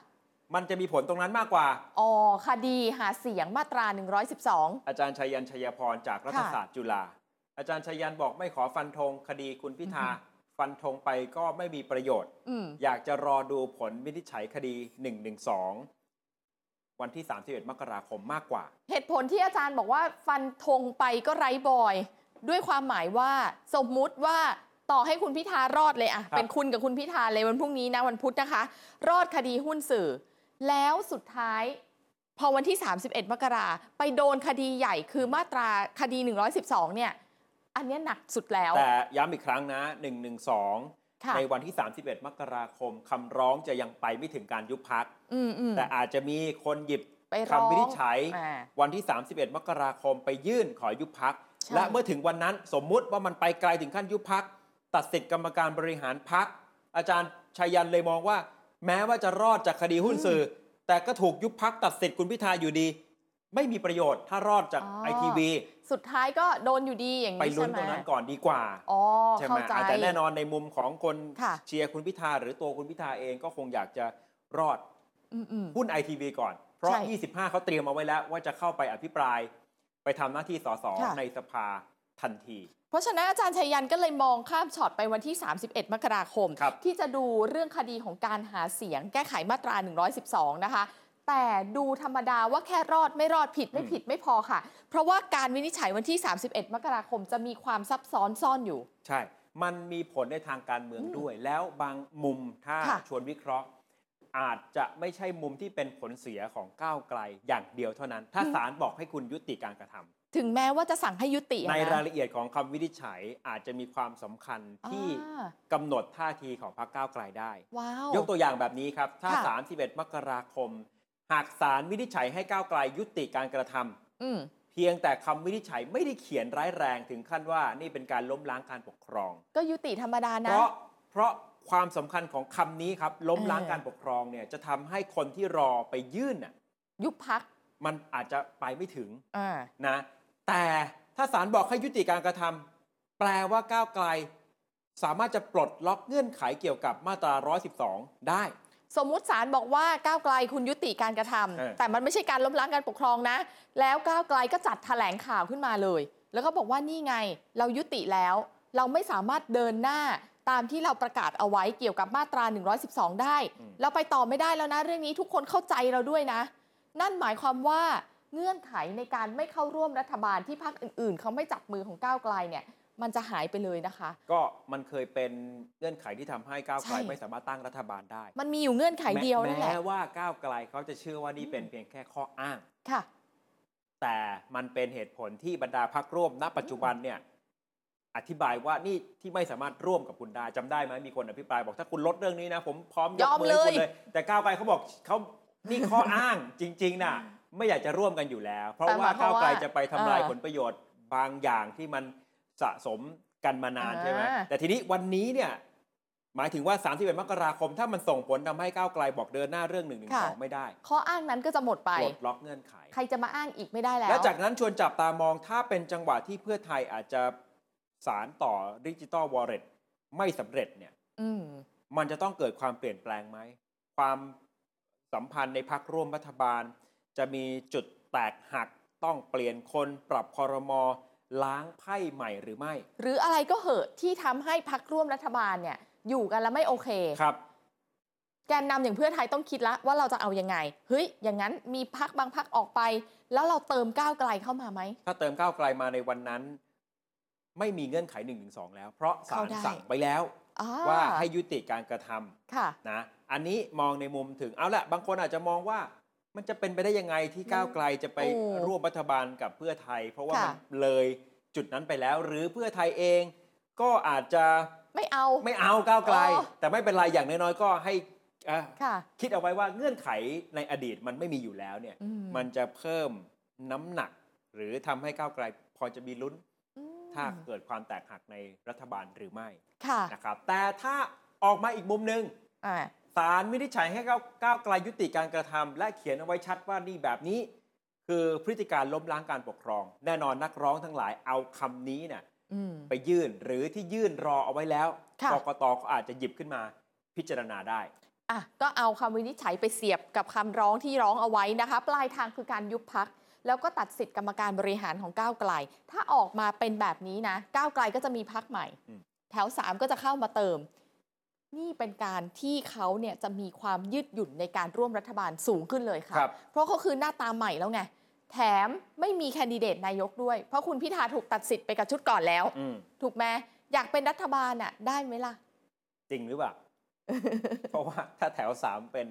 B: มันจะมีผลตรงนั้นมากกว่า
C: อ๋อ คดีหาเสียงมาตรา 112
B: อาจารย์ชัยยันชัยพรจากรัฐศาสตร์จุฬาอาจารย์ชัยยันบอกไม่ขอฟันธงคดีคุณพิธา ฟันธงไปก็ไม่มีประโยชน์
C: อืม
B: อยากจะรอดูผลวินิจฉัยคดี 112 วันที่ 31 มกราคมมากกว่า
C: เหตุผลที่อาจารย์บอกว่าฟันธงไปก็ไร้บอย ด้วยความหมายว่าสมมุติว่าต่อให้คุณพิธารอดเลยอะ
B: ครับ
C: เป็นคุณกับคุณพิธาเลยวันพรุ่งนี้นะวันพุธนะคะ รอดคดีหุ้นสื่อ แล้วสุดท้าย พอวันที่ 31 มกราไปโดนคดีใหญ่คือมาตราคดี 112 เนี่ย อันเนี้ยหนักสุดแล้ว
B: แต่ย้ำอีกครั้งนะ 112
C: ค่ะ
B: ในวันที่ 31 มกราคมคำร้องจะยังไปไม่ถึงการยุบพัก
C: อืมอืม
B: แต่อาจจะมีคนหยิบ
C: ไปร้อง
B: คำวินิจฉัย
C: อ่า
B: วันที่ 31 มกราคมไปยื่นขอยุบพัก
C: ใช่
B: และเมื่อถึงวันนั้นสมมุติว่ามันไปไกลถึงขั้นยุบพัก ตัดสิทธิกรรมการบริหารพัก อาจารย์ชัยยันเลยมองว่า แม้ว่าจะรอดจากคดีหุ้นสื่อ แต่ก็ถูกยุบพักตัดสิทธิ์คุณพิธาอยู่ดี ไม่มีประโยชน์ถ้ารอดจากไอทีวี
C: สุดท้ายก็โดนอยู่ดีอย่าง
B: ไป
C: นี้
B: ลุ้
C: ใช่
B: น
C: ไหม
B: ตรงนั้นก่อนดีกว่า
C: อ๋อ
B: ใช่ไหม
C: เข้าใจ
B: อ่ะแต่แน่นอนในมุมของคน
C: ค่ะ
B: เชียร์คุณพิธา หรือตัวคุณพิธาเองก็คงอยากจะรอด
C: อืมอืม
B: หุ้นไอทีวีก่อน เพราะ
C: ใช่
B: 25 เขาเตรียมเอาไว้แล้ว ว่าจะเข้าไปอภิปราย ไปทำหน้าที่สส
C: ค่ะ
B: ในสภาทันที
C: เพราะฉะนั้นอาจารย์ชัยยันก็เลยมองข้ามช็อตไปวันที่ 31 มกราคม
B: ครับ
C: ที่จะดูเรื่องคดีของการหาเสียงแก้ไขมาตรา 112 นะคะ แต่ดูธรรมดาว่าแค่รอดไม่รอดผิดไม่ผิดไม่พอค่ะ เพราะว่าการวินิจฉัยวันที่ 31 มกราคมจะมีความซับซ้อนซ่อนอยู่
B: ใช่ มันมีผลในทางการเมืองด้วย แล้วบางมุมถ้า
C: ค่ะ
B: ชวนวิเคราะห์ อาจจะไม่ใช่มุมที่เป็นผลเสียของก้าวไกลอย่างเดียวเท่านั้น ถ้าศาลบอกให้คุณยุติการกระทำ
C: ถึงแม้ว่าจะสั่งให้ยุติอะ
B: ใน
C: นะ
B: รายละเอียดของคำวินิจฉัยอาจจะมีความสำคัญที่
C: อ่าก
B: ำหนดท่าทีของพรรคก้าวไกลได้
C: ว้าว
B: ยกตัวอย่างแบบนี้ครับ ถ้า
C: ค่ะ
B: 31 มกราคม หากศาลวินิจฉัยให้ก้าวไกลยุติการกระทำ
C: อืม
B: เพียงแต่คำวินิจฉัยไม่ได้เขียนร้ายแรงถึงขั้นว่านี่เป็นการล้มล้างการปกครอง
C: ก็ยุติธรรมดา
B: เพ
C: นะ
B: ราะเพราะความสำคัญของคำนี้ครับ ล้มล้าง
C: เออ
B: การปกครองเนี่ยจะทำให้คนที่รอไปยื่นน่ะ
C: ยุบพัก
B: มันอาจจะไปไม่ถึง
C: อ่า
B: นะแต่ถ้าศาลบอกให้ยุติการกระทำแปลว่าก้าวไกล สามารถจะปลดล็อกเงื่อนไขเกี่ยวกับมาตรา 112 ได้
C: สมมุติศาลบอกว่าก้าวไกลคุณยุติการกระทำ
B: เออ
C: แต่มันไม่ใช่การล้มล้างการปกครองนะ แล้วก้าวไกลก็จัดแถลงข่าวขึ้นมาเลย แล้วก็บอกว่านี่ไงเรายุติแล้ว เราไม่สามารถเดินหน้าตามที่เราประกาศเอาไว้เกี่ยวกับมาตรา 112 ได้ เราไปต่อไม่ได้แล้วนะ เรื่องนี้ทุกคนเข้าใจเราด้วยนะ นั่นหมายความว่าเงื่อนไขในการไม่เข้าร่วมรัฐบาลที่พรรคอื่น ๆ เขาไม่จับมือของก้าวไกลเนี่ย มันจะหายไปเลยนะคะ
B: ก็มันเคยเป็นเงื่อนไขที่ทำให้ก้าวไกล
C: ใช่
B: ไม่สามารถตั้งรัฐบาลได้
C: มันมีอยู่เงื่อนไขเดียวนั่นแห
B: แม้
C: ละ
B: ว่าก้าวไกลเขาจะเชื่อว่านี่เป็นเพียงแค่ข้ออ้าง
C: ค่ะ
B: แต่มันเป็นเหตุผลที่บรรดาพักร่วมณปัจจุบันเนี่ยอธิบายว่านี่ที่ไม่สามารถร่วมกับคุณได้จำได้ไหมมีคนอภิปรายบอกถ้าคุณลดเรื่องนี้นะ ผมพร้อมยก
C: ยอม
B: มือให้คุณ
C: เลย
B: เลย แต่ก้าวไกลเขาบอกเขานี่ข้ออ้างจริง ๆน่ะ ไม่อยากจะร่วมกันอยู่แล้ว เพราะว่าก้าวไกลจะไปทำลายผลประโยชน์บางอย่างที่มันสะสมกันมานานใช่ไหมแต่ทีนี้วันนี้เนี่ยหมายถึงว่า31มกราคม ถ้ามันส่งผลทำให้ก้าวไกลบอกเดินหน้าเรื่องหนึ่งหนึ่งสองไม่ได้
C: ข้ออ้างนั้นก็จะหมดไป
B: ปลดล็อกเงื่อนไข
C: ใครจะมาอ้างอีกไม่ได้แล้ว
B: และจากนั้นชวนจับตามองถ้าเป็นจังหวะที่เพื่อไทยอาจจะสารต่อดิจิตอลวอลเล็ตไม่สำเร็จเนี่ย
C: อืม
B: มันจะต้องเกิดความเปลี่ยนแปลงไหม ความสัมพันธ์ในพักร่วมรัฐบาล จะมีจุดแตกหักต้องเปลี่ยนคนปรับคอรมอล้างไพ่ใหม่หรือไม่
C: หรืออะไรก็เหอะที่ทำให้พักร่วมรัฐบาลเนี่ย อยู่กันแล้วไม่โอเค
B: ครับ
C: แกนนำอย่างเพื่อไทยต้องคิดละว่าเราจะเอายังไง เฮ้ย อย่างนั้นมีพักบางพักออกไป แล้วเราเติมก้าวไกลเข้ามาไหม
B: ถ้าเติมก้าวไกลมาในวันนั้น ไม่มีเงื่อนไข1นึงถึงสองแล้ว เพราะศาล
C: เข้าได้
B: สั่งไปแล้ว
C: อ่
B: ว่าให้ยุติการกระทำ
C: ค่ะ
B: นะอันนี้มองในมุมถึงเอาละบางคนอาจจะมองว่า มันจะเป็นไปได้ยังไงที่ก้าวไกลจะไป
C: โอ้
B: ร่วมรัฐบาลกับเพื่อไทย เพราะว่า
C: ค่ะ
B: มันเลยจุดนั้นไปแล้ว หรือเพื่อไทยเองก็อาจจะ
C: ไม่เอา
B: ไม่เอาก้าวไกล
C: อ๋อ
B: แต่ไม่เป็นไรอย่างน้อยๆก็ให้เอ่อ
C: ค่ะ
B: คิดเอาไว้ว่าเงื่อนไขในอดีตมันไม่มีอยู่แล้วเนี่ย
C: อืม
B: มันจะเพิ่มน้ำหนัก หรือทำให้ก้าวไกล พอจะมีลุ้น
C: อืม
B: ถ้าเกิดความแตกหักในรัฐบาลหรือไม่
C: ค่ะ
B: นะครับ แต่ถ้าออกมาอีกมุมหนึ่ง
C: อ่า
B: ศาลวินิจฉัยให้ก้าวก้าวไกลยุติการกระทำและเขียนเอาไว้ชัดว่านี่แบบนี้ คือพฤติการล้มล้างการปกครอง แน่นอนนักร้องทั้งหลายเอาคำนี้เนี่ย
C: อืม
B: ไปยื่นหรือที่ยื่นรอเอาไว้แล้ว
C: ค่ะ
B: กกตก็อาจจะหยิบขึ้นมาพิจารณาได้
C: อ่ะก็เอาคำวินิจฉัยไปเสียบกับคำร้องที่ร้องเอาไว้นะคะ ปลายทางคือการยุบพัก แล้วก็ตัดสิทธิ์กรรมการบริหารของก้าวไกล ถ้าออกมาเป็นแบบนี้นะ ก้าวไกลก็จะมีพักใหม่
B: อืม
C: แถว 3 ก็จะเข้ามาเติม นี่เป็นการที่เขาเนี่ยจะมีความยืดหยุ่นในการร่วมรัฐบาลสูงขึ้นเลยค่ะ เพราะเขาคือหน้าตาใหม่แล้วไง แถมไม่มีแคนดิเดตนายกด้วย เพราะคุณพิธาถูกตัดสิทธิ์ไปกับชุดก่อนแล้ว
B: อืม
C: ถูกไหมอยากเป็นรัฐบาลน่ะได้ไหมล่ะ <laughs>
B: จริงหรือเปล่า เพราะว่าถ้าแถวสามเป็น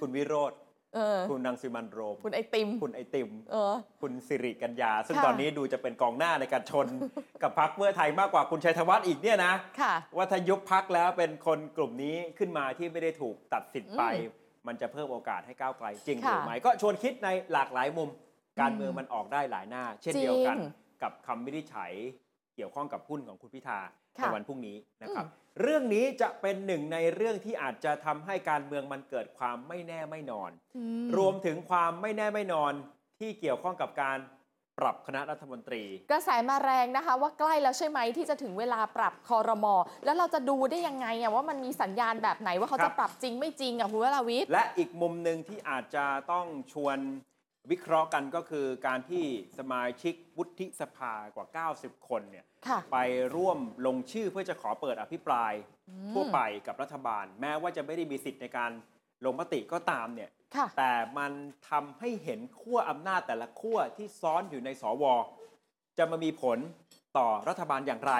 B: คุณวิโรธ
C: เออ
B: คุณนังสิมันต์โรม
C: คุณไอติม
B: คุณไอติม
C: เออ
B: คุณสิริกัญญา ซึ่ง
C: ค่ะ
B: ตอนนี้ดูจะเป็นกองหน้าในการชน กับพักเพื่อไทยมากกว่าคุณชัยธวัฒน์อีกเนี่ยนะ
C: ค่ะ
B: ว่าถ้ายุบพักแล้วเป็นคนกลุ่มนี้ขึ้นมาที่ไม่ได้ถูกตัดสิทธิ์ไป
C: อืม
B: มันจะเพิ่มโอกาสให้ก้าวไกลจริงห
C: ค่ะ
B: รือไม่ก็ชวนคิดในหลากหลายมุม การเมือง
C: อืม
B: มันออกได้หลายหน้า เช่นเดียวกัน
C: จริง
B: กับคำวินิจฉัยเกี่ยวข้องกับหุ้นของคุณพิธา
C: ค่ะ
B: ในวันพรุ่งนี้นะครับ
C: อื
B: เรื่องนี้จะเป็นหนึ่งในเรื่องที่อาจจะทำให้การเมืองมันเกิดความไม่แน่ไม่นอน
C: อื
B: รวมถึงความไม่แน่ไม่นอนที่เกี่ยวข้องกับการปรับคณะรัฐมนตรี
C: กระแสมาแรงนะคะ ว่าใกล้แล้วใช่ไหมที่จะถึงเวลาปรับคอรมอ แล้วเราจะดูได้ยังไงอะว่ามันมีสัญญาณแบบไหนว่าเขา
B: ครั
C: จะ
B: บ
C: ปรับจริงไม่จริงอะคุณวราวิทย์
B: และอีกมุมหนึ่งที่อาจจะต้องชวนวิเคราะห์กันก็คือการที่สมาชิกวุฒิสภากว่า 90 คนเนี่ย
C: ค่ะ
B: ไปร่วมลงชื่อเพื่อจะขอเปิดอภิปรายทั่วไปกับรัฐบาล แม้ว่าจะไม่ได้มีสิทธิ์ในการลงมติก็ตามเนี่ย
C: ค่ะ
B: แต่มันทำให้เห็นขั้วอำนาจแต่ละขั้วที่ซ้อนอยู่ในสว จะมามีผลต่อรัฐบาลอย่างไร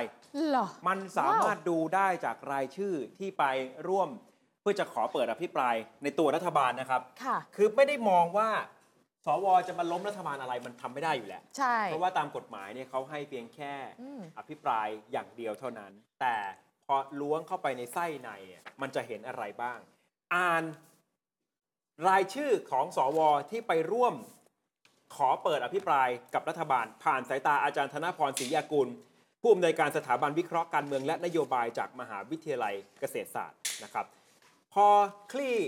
C: เหรอ
B: มันสามารถดูได้จากรายชื่อที่ไปร่วมเพื่อจะขอเปิดอภิปรายในตัวรัฐบาลนะครับ
C: ค่ะ
B: คือไม่ได้มองว่า สวจะมาล้มรัฐบาลอะไรมันทำไม่ได้อยู่แล้ว
C: ใช่
B: เพราะว่าตามกฎหมายเนี่ยเขาให้เพียงแค่
C: อืม
B: อภิปรายอย่างเดียวเท่านั้น แต่พอล้วงเข้าไปในไส้ในอะมันจะเห็นอะไรบ้าง อ่านรายชื่อของสวที่ไปร่วมขอเปิดอภิปรายกับรัฐบาล ผ่านสายตาอาจารย์ธนพรศรียากุล ผู้อำนวยการสถาบันวิเคราะห์การเมืองและนโยบายจากมหาวิทยาลัยเกษตรศาสตร์นะครับ พอคลี่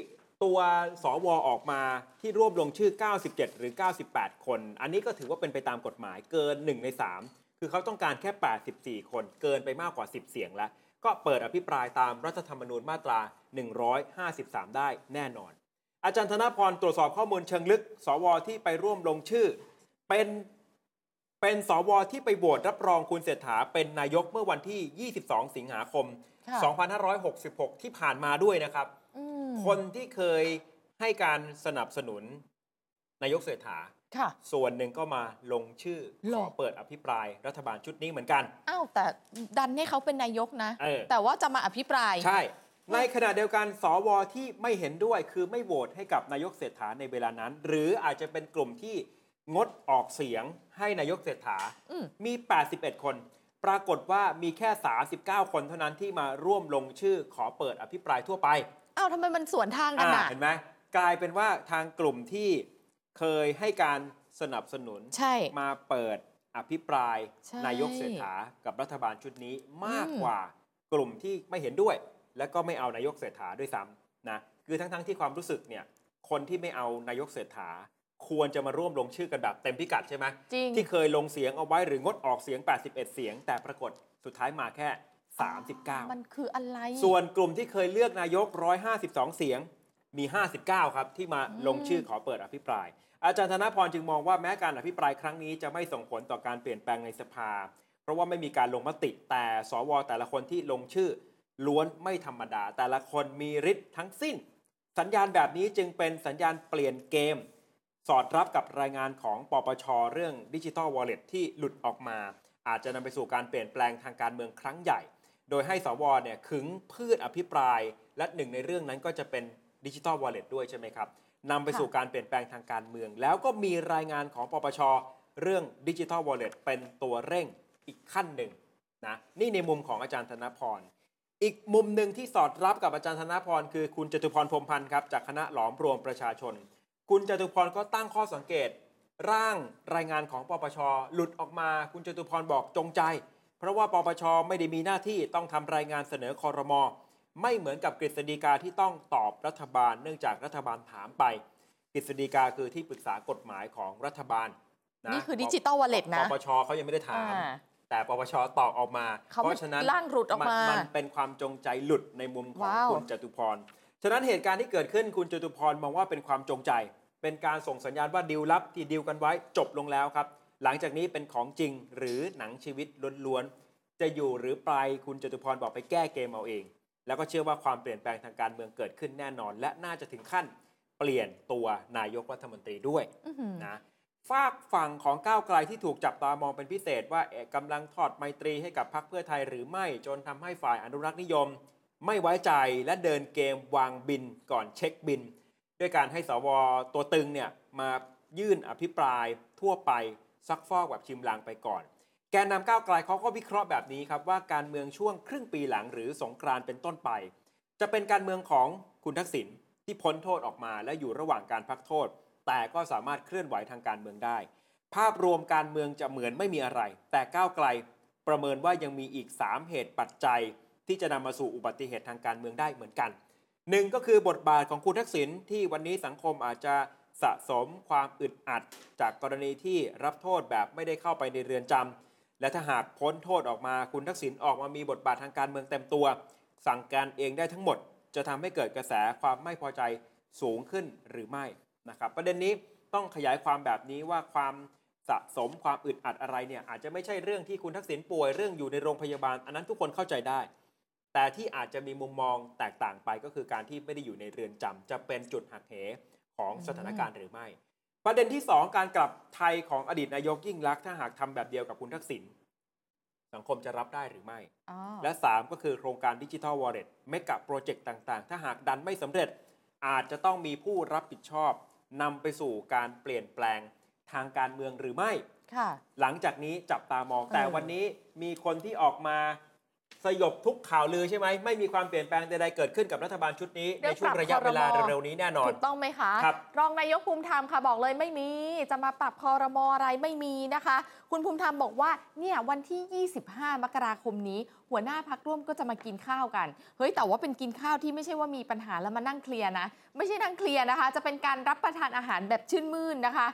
B: ตัวสวออกมาที่ร่วมลงชื่อ 97 หรือ 98 คน อันนี้ก็ถือว่าเป็นไปตามกฎหมายเกิน 1 ใน 3 คือเขาต้องการแค่ 84 คน เกินไปมากกว่า 10 เสียงแล้ว ก็เปิดอภิปรายตามรัฐธรรมนูญมาตรา 153 ได้แน่นอน อาจารย์ธนพรตรวจสอบข้อมูลเชิงลึก สวที่ไปร่วมลงชื่อ เป็นเป็นสวที่ไปโหวตรับรองคุณเศรษฐาเป็นนายกเมื่อวันที่ 22 สิงหาคม
C: ค่ะ
B: 2566 ที่ผ่านมาด้วยนะครับ
C: อืม
B: คนที่เคยให้การสนับสนุนนายกเศรษฐา
C: ค่ะ
B: ส่วนหนึ่งก็มาลงชื่อ
C: หร
B: ข
C: อ
B: อเปิดอภิปรายรัฐบาลชุดนี้เหมือนกัน
C: อ้าวแต่ดันให้เขาเป็นนายกนะ
B: เออ
C: แต่ว่าจะมาอภิปราย
B: ใช่ ในขณะเดียวกันสวที่ไม่เห็นด้วยคือไม่โหวตให้กับนายกเศรษฐาในเวลานั้น หรืออาจจะเป็นกลุ่มที่งดออกเสียงให้นายกเศรษฐา
C: อืม
B: มี 81 คน ปรากฏว่ามีแค่ 39 คนเท่านั้นที่มาร่วมลงชื่อขอเปิดอภิปรายทั่วไป
C: อ้าวทำไมมันสวนทางกัน
B: อ่า
C: อ่ะ
B: เห็นไหมกลายเป็นว่าทางกลุ่มที่เคยให้การสนับสนุน
C: ใช่
B: มาเปิดอภิปราย
C: ใช่
B: นายกเศรษฐากับรัฐบาลชุดนี้มาก
C: อืม
B: กว่ากลุ่มที่ไม่เห็นด้วย และก็ไม่เอานายกเศรษฐาด้วยซ้ำนะคือทั้งๆที่ความรู้สึกเนี่ยคนที่ไม่เอานายกเศรษฐา ควรจะมาร่วมลงชื่อกันแบบเต็มพิกัดใช่ไหม
C: จริง
B: ที่เคยลงเสียงเอาไว้หรืองดออกเสียง 81 เสียง แต่ปรากฏสุดท้ายมาแค่ 39
C: มันคืออะไร
B: ส่วนกลุ่มที่เคยเลือกนายก 152 เสียง มี 59 ครับ ที่มา
C: อืม
B: ลงชื่อขอเปิดอภิปราย อาจารย์ธนพรจึงมองว่าแม้การอภิปรายครั้งนี้จะไม่ส่งผลต่อการเปลี่ยนแปลงในสภา เพราะว่าไม่มีการลงมติ แต่สวแต่ละคนที่ลงชื่อ ล้วนไม่ธรรมดา แต่ละคนมีฤทธิ์ทั้งสิ้น สัญญาณแบบนี้จึงเป็นสัญญาณเปลี่ยนเกม สอดรับกับรายงานของปปชเรื่องดิจิทัลวอลเล็ตที่หลุดออกมา อาจจะนำไปสู่การเปลี่ยนแปลงทางการเมืองครั้งใหญ่ โดยให้สวเนี่ยขึงพืชอภิปราย และหนึ่งในเรื่องนั้นก็จะเป็นดิจิทัลวอลเล็ตด้วยใช่ไหมครับนำไปสู่การเปลี่ยนแปลงทางการเมือง แล้วก็มีรายงานของปปชเรื่องดิจิทัลวอลเล็ตเป็นตัวเร่งอีกขั้นหนึ่งนะนี่ในมุมของอาจารย์ธนพร อีกมุมหนึ่งที่สอดรับกับอาจารย์ธนพรคือคุณจตุพรพรหมพันธ์ครับจากคณะหลอมรวมประชาชน คุณจตุพรก็ตั้งข้อสังเกต ร่างรายงานของปปชหลุดออกมา คุณจตุพรบอกจงใจ เพราะว่าปปชไม่ได้มีหน้าที่ต้องทำรายงานเสนอคอรมอไม่เหมือนกับกฤษฎีกาที่ต้องตอบรัฐบาล เนื่องจากรัฐบาลถามไป กฤษฎีกาคือที่ปรึกษากฎหมายของรัฐบาลนะ
C: นี่คือดิจิตอลวอลเล็ตนะ
B: ปปชเขายังไม่ได้ถาม
C: อ่า
B: แต่ปปชตอบออกมา
C: เขา
B: เพราะฉะนั้น
C: ร่างหลุดออกมาน
B: เป็นความจงใจหลุดในมุมของ
C: ว้าว
B: คุณจตุพร ฉะนั้นเหตุการณ์ที่เกิดขึ้นคุณจตุพรมองว่าเป็นความจงใจ เป็นการส่งสัญญาณว่าดีลลับที่ดีลกันไว้จบลงแล้วครับ หลังจากนี้เป็นของจริงหรือหนังชีวิตล้วนๆ จะอยู่หรือไปคุณจตุพรบอกไปแก้เกมเอาเอง แล้วก็เชื่อว่าความเปลี่ยนแปลงทางการเมืองเกิดขึ้นแน่นอน และน่าจะถึงขั้นเปลี่ยนตัวนายกรัฐมนตรีด้วย
C: อื้อหือ
B: นะฝากฝั่งของก้าวไกลที่ถูกจับตามองเป็นพิเศษว่าเอ่อกำลังทอดไมตรีให้กับพรรคเพื่อไทยหรือไม่จนทำให้ฝ่ายอนุรักษ์นิยม ไม่ไว้ใจและเดินเกมวางบินก่อนเช็คบิน ด้วยการให้สวตัวตึงเนี่ยมายื่นอภิปรายทั่วไปซักฟอกแบบชิมลางไปก่อน แกนนำก้าวไกลเขาก็วิเคราะห์แบบนี้ครับว่าการเมืองช่วงครึ่งปีหลังหรือสงกรานต์เป็นต้นไป จะเป็นการเมืองของคุณทักษิณที่พ้นโทษออกมาและอยู่ระหว่างการพักโทษ แต่ก็สามารถเคลื่อนไหวทางการเมืองได้ ภาพรวมการเมืองจะเหมือนไม่มีอะไร แต่ก้าวไกลประเมินว่ายังมีอีก 3 เหตุปัจจัย ที่จะนำมาสู่อุบัติเหตุทางการเมืองได้เหมือนกันหนึ่งก็คือบทบาทของคุณทักษิณที่วันนี้สังคมอาจจะสะสมความอึดอัด จากกรณีที่รับโทษแบบไม่ได้เข้าไปในเรือนจำ และถ้าหากพ้นโทษออกมาคุณทักษิณออกมามีบทบาททางการเมืองเต็มตัว สั่งการเองได้ทั้งหมด จะทำให้เกิดกระแสความไม่พอใจสูงขึ้นหรือไม่นะครับประเด็นนี้ต้องขยายความแบบนี้ว่าความสะสมความอึดอัดอะไรเนี่ยอาจจะไม่ใช่เรื่องที่คุณทักษิณป่วยเรื่องอยู่ในโรงพยาบาล อันนั้นทุกคนเข้าใจได้ แต่ที่อาจจะมีมุมมองแตกต่างไปก็คือการที่ไม่ได้อยู่ในเรือนจำจะเป็นจุดหักเหของสถานการณ์หรือไม่ ประเด็นที่ 2 การกลับไทยของอดีตนายกยิ่งลักษณ์ถ้าหากทำแบบเดียวกับคุณทักษิณสังคมจะรับได้หรือไม่
C: อ๋อ
B: และ 3 ก็คือโครงการดิจิทัลวอลเล็ตเมกะโปรเจกต์ต่างๆ ถ้าหากดันไม่สำเร็จ อาจจะต้องมีผู้รับผิดชอบนำไปสู่การเปลี่ยนแปลงทางการเมืองหรือไม่
C: ค่ะ
B: หลังจากนี้จับตามองแต่
C: เออ
B: วันนี้มีคนที่ออกมา สยบทุกข่าวลือใช่ไหมไม่มีความเปลี่ยนแปลงใดๆเกิดขึ้นกับรัฐบาลชุดนี้
C: เรื่
B: ใน
C: อง
B: ช่วง
C: ปรับ
B: ระยะ
C: ครม
B: เวลาเร็วๆนี้แน่นอน
C: ถูกต้องไหมคะ
B: ครับ
C: องนายกภูมิธรรมค่ะบอกเลยไม่มี จะมาปรับคอรมออะไรไม่มีนะคะ คุณภูมิธรรมบอกว่าเนี่ยวันที่ 25 มกราคมนี้ หัวหน้าพักร่วมก็จะมากินข้าวกัน เฮ้ยแต่ว่าเป็นกินข้าวที่ไม่ใช่ว่ามีปัญหาแล้วมานั่งเคลียร์นะ ไม่ใช่นั่งเคลียร์นะคะ จะเป็นการรับประทานอาหารแบบชื่นมื่นนะคะ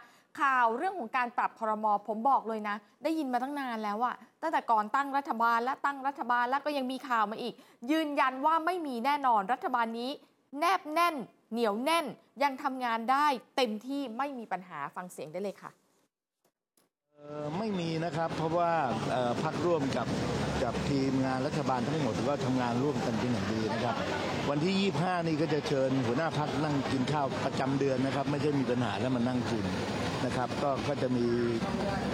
C: ข่าวเรื่องของการปรับคอรมอผมบอกเลยนะ ได้ยินมาตั้งนานแล้วอะตั้งแต่ก่อนตั้งรัฐบาลและตั้งรัฐบาลแล้วก็ยังมีข่าวมาอีก ยืนยันว่าไม่มีแน่นอนรัฐบาลนี้ แนบแน่น เหนียวแน่น ยังทำงานได้เต็มที่ไม่มีปัญหาฟังเสียงได้เลยค่ะ
D: เอ่อไม่มีนะครับเพราะว่าเอ่อพักร่วมกับกับทีมงานรัฐบาลทั้งหมดก็ทำงานร่วมกันเป็นอย่างดีนะครับ วันที่ 25 นี่ก็จะเชิญหัวหน้าพักนั่งกินข้าวประจำเดือนนะครับ ไม่ใช่มีปัญหาแล้วมานั่งกินนะครับ ก็ก็จะมี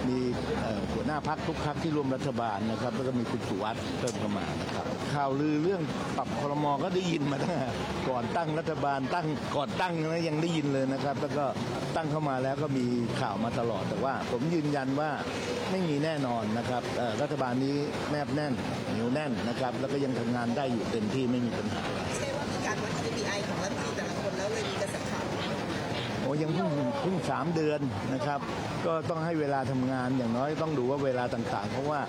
D: มีเอ่อหัวหน้าพักทุกพักที่ร่วมรัฐบาลนะครับแล้วก็มีคุณสุวัสด์เพิ่มเข้ามานะครับข่าวลือเรื่องปรับครมก็ได้ยินมาตั้งแต่ก่อนตั้งรัฐบาลตั้งก่อนตั้งนะยังได้ยินเลยนะครับ แล้วก็ตั้งเข้ามาแล้วก็มีข่าวมาตลอดแต่ว่า ผมยืนยันว่าไม่มีแน่นอนนะครับเอ่อรัฐบาลนี้แนบแน่นเหนียวแน่นนะครับ แล้วก็ยังทำงานได้อยู่เต็มที่ไม่มีปัญหา
E: ไม่ใช่ว่ามีการวัด KPI ของรัฐมนตรีแต่ละคนแล้วเลยมีกระแสข่าว
D: โอ้ยังเพิ่งเพิ่งสามเดือนนะครับ ก็ต้องให้เวลาทำงานอย่างน้อยต้องดูว่าเวลาต่างๆ เพราะว่า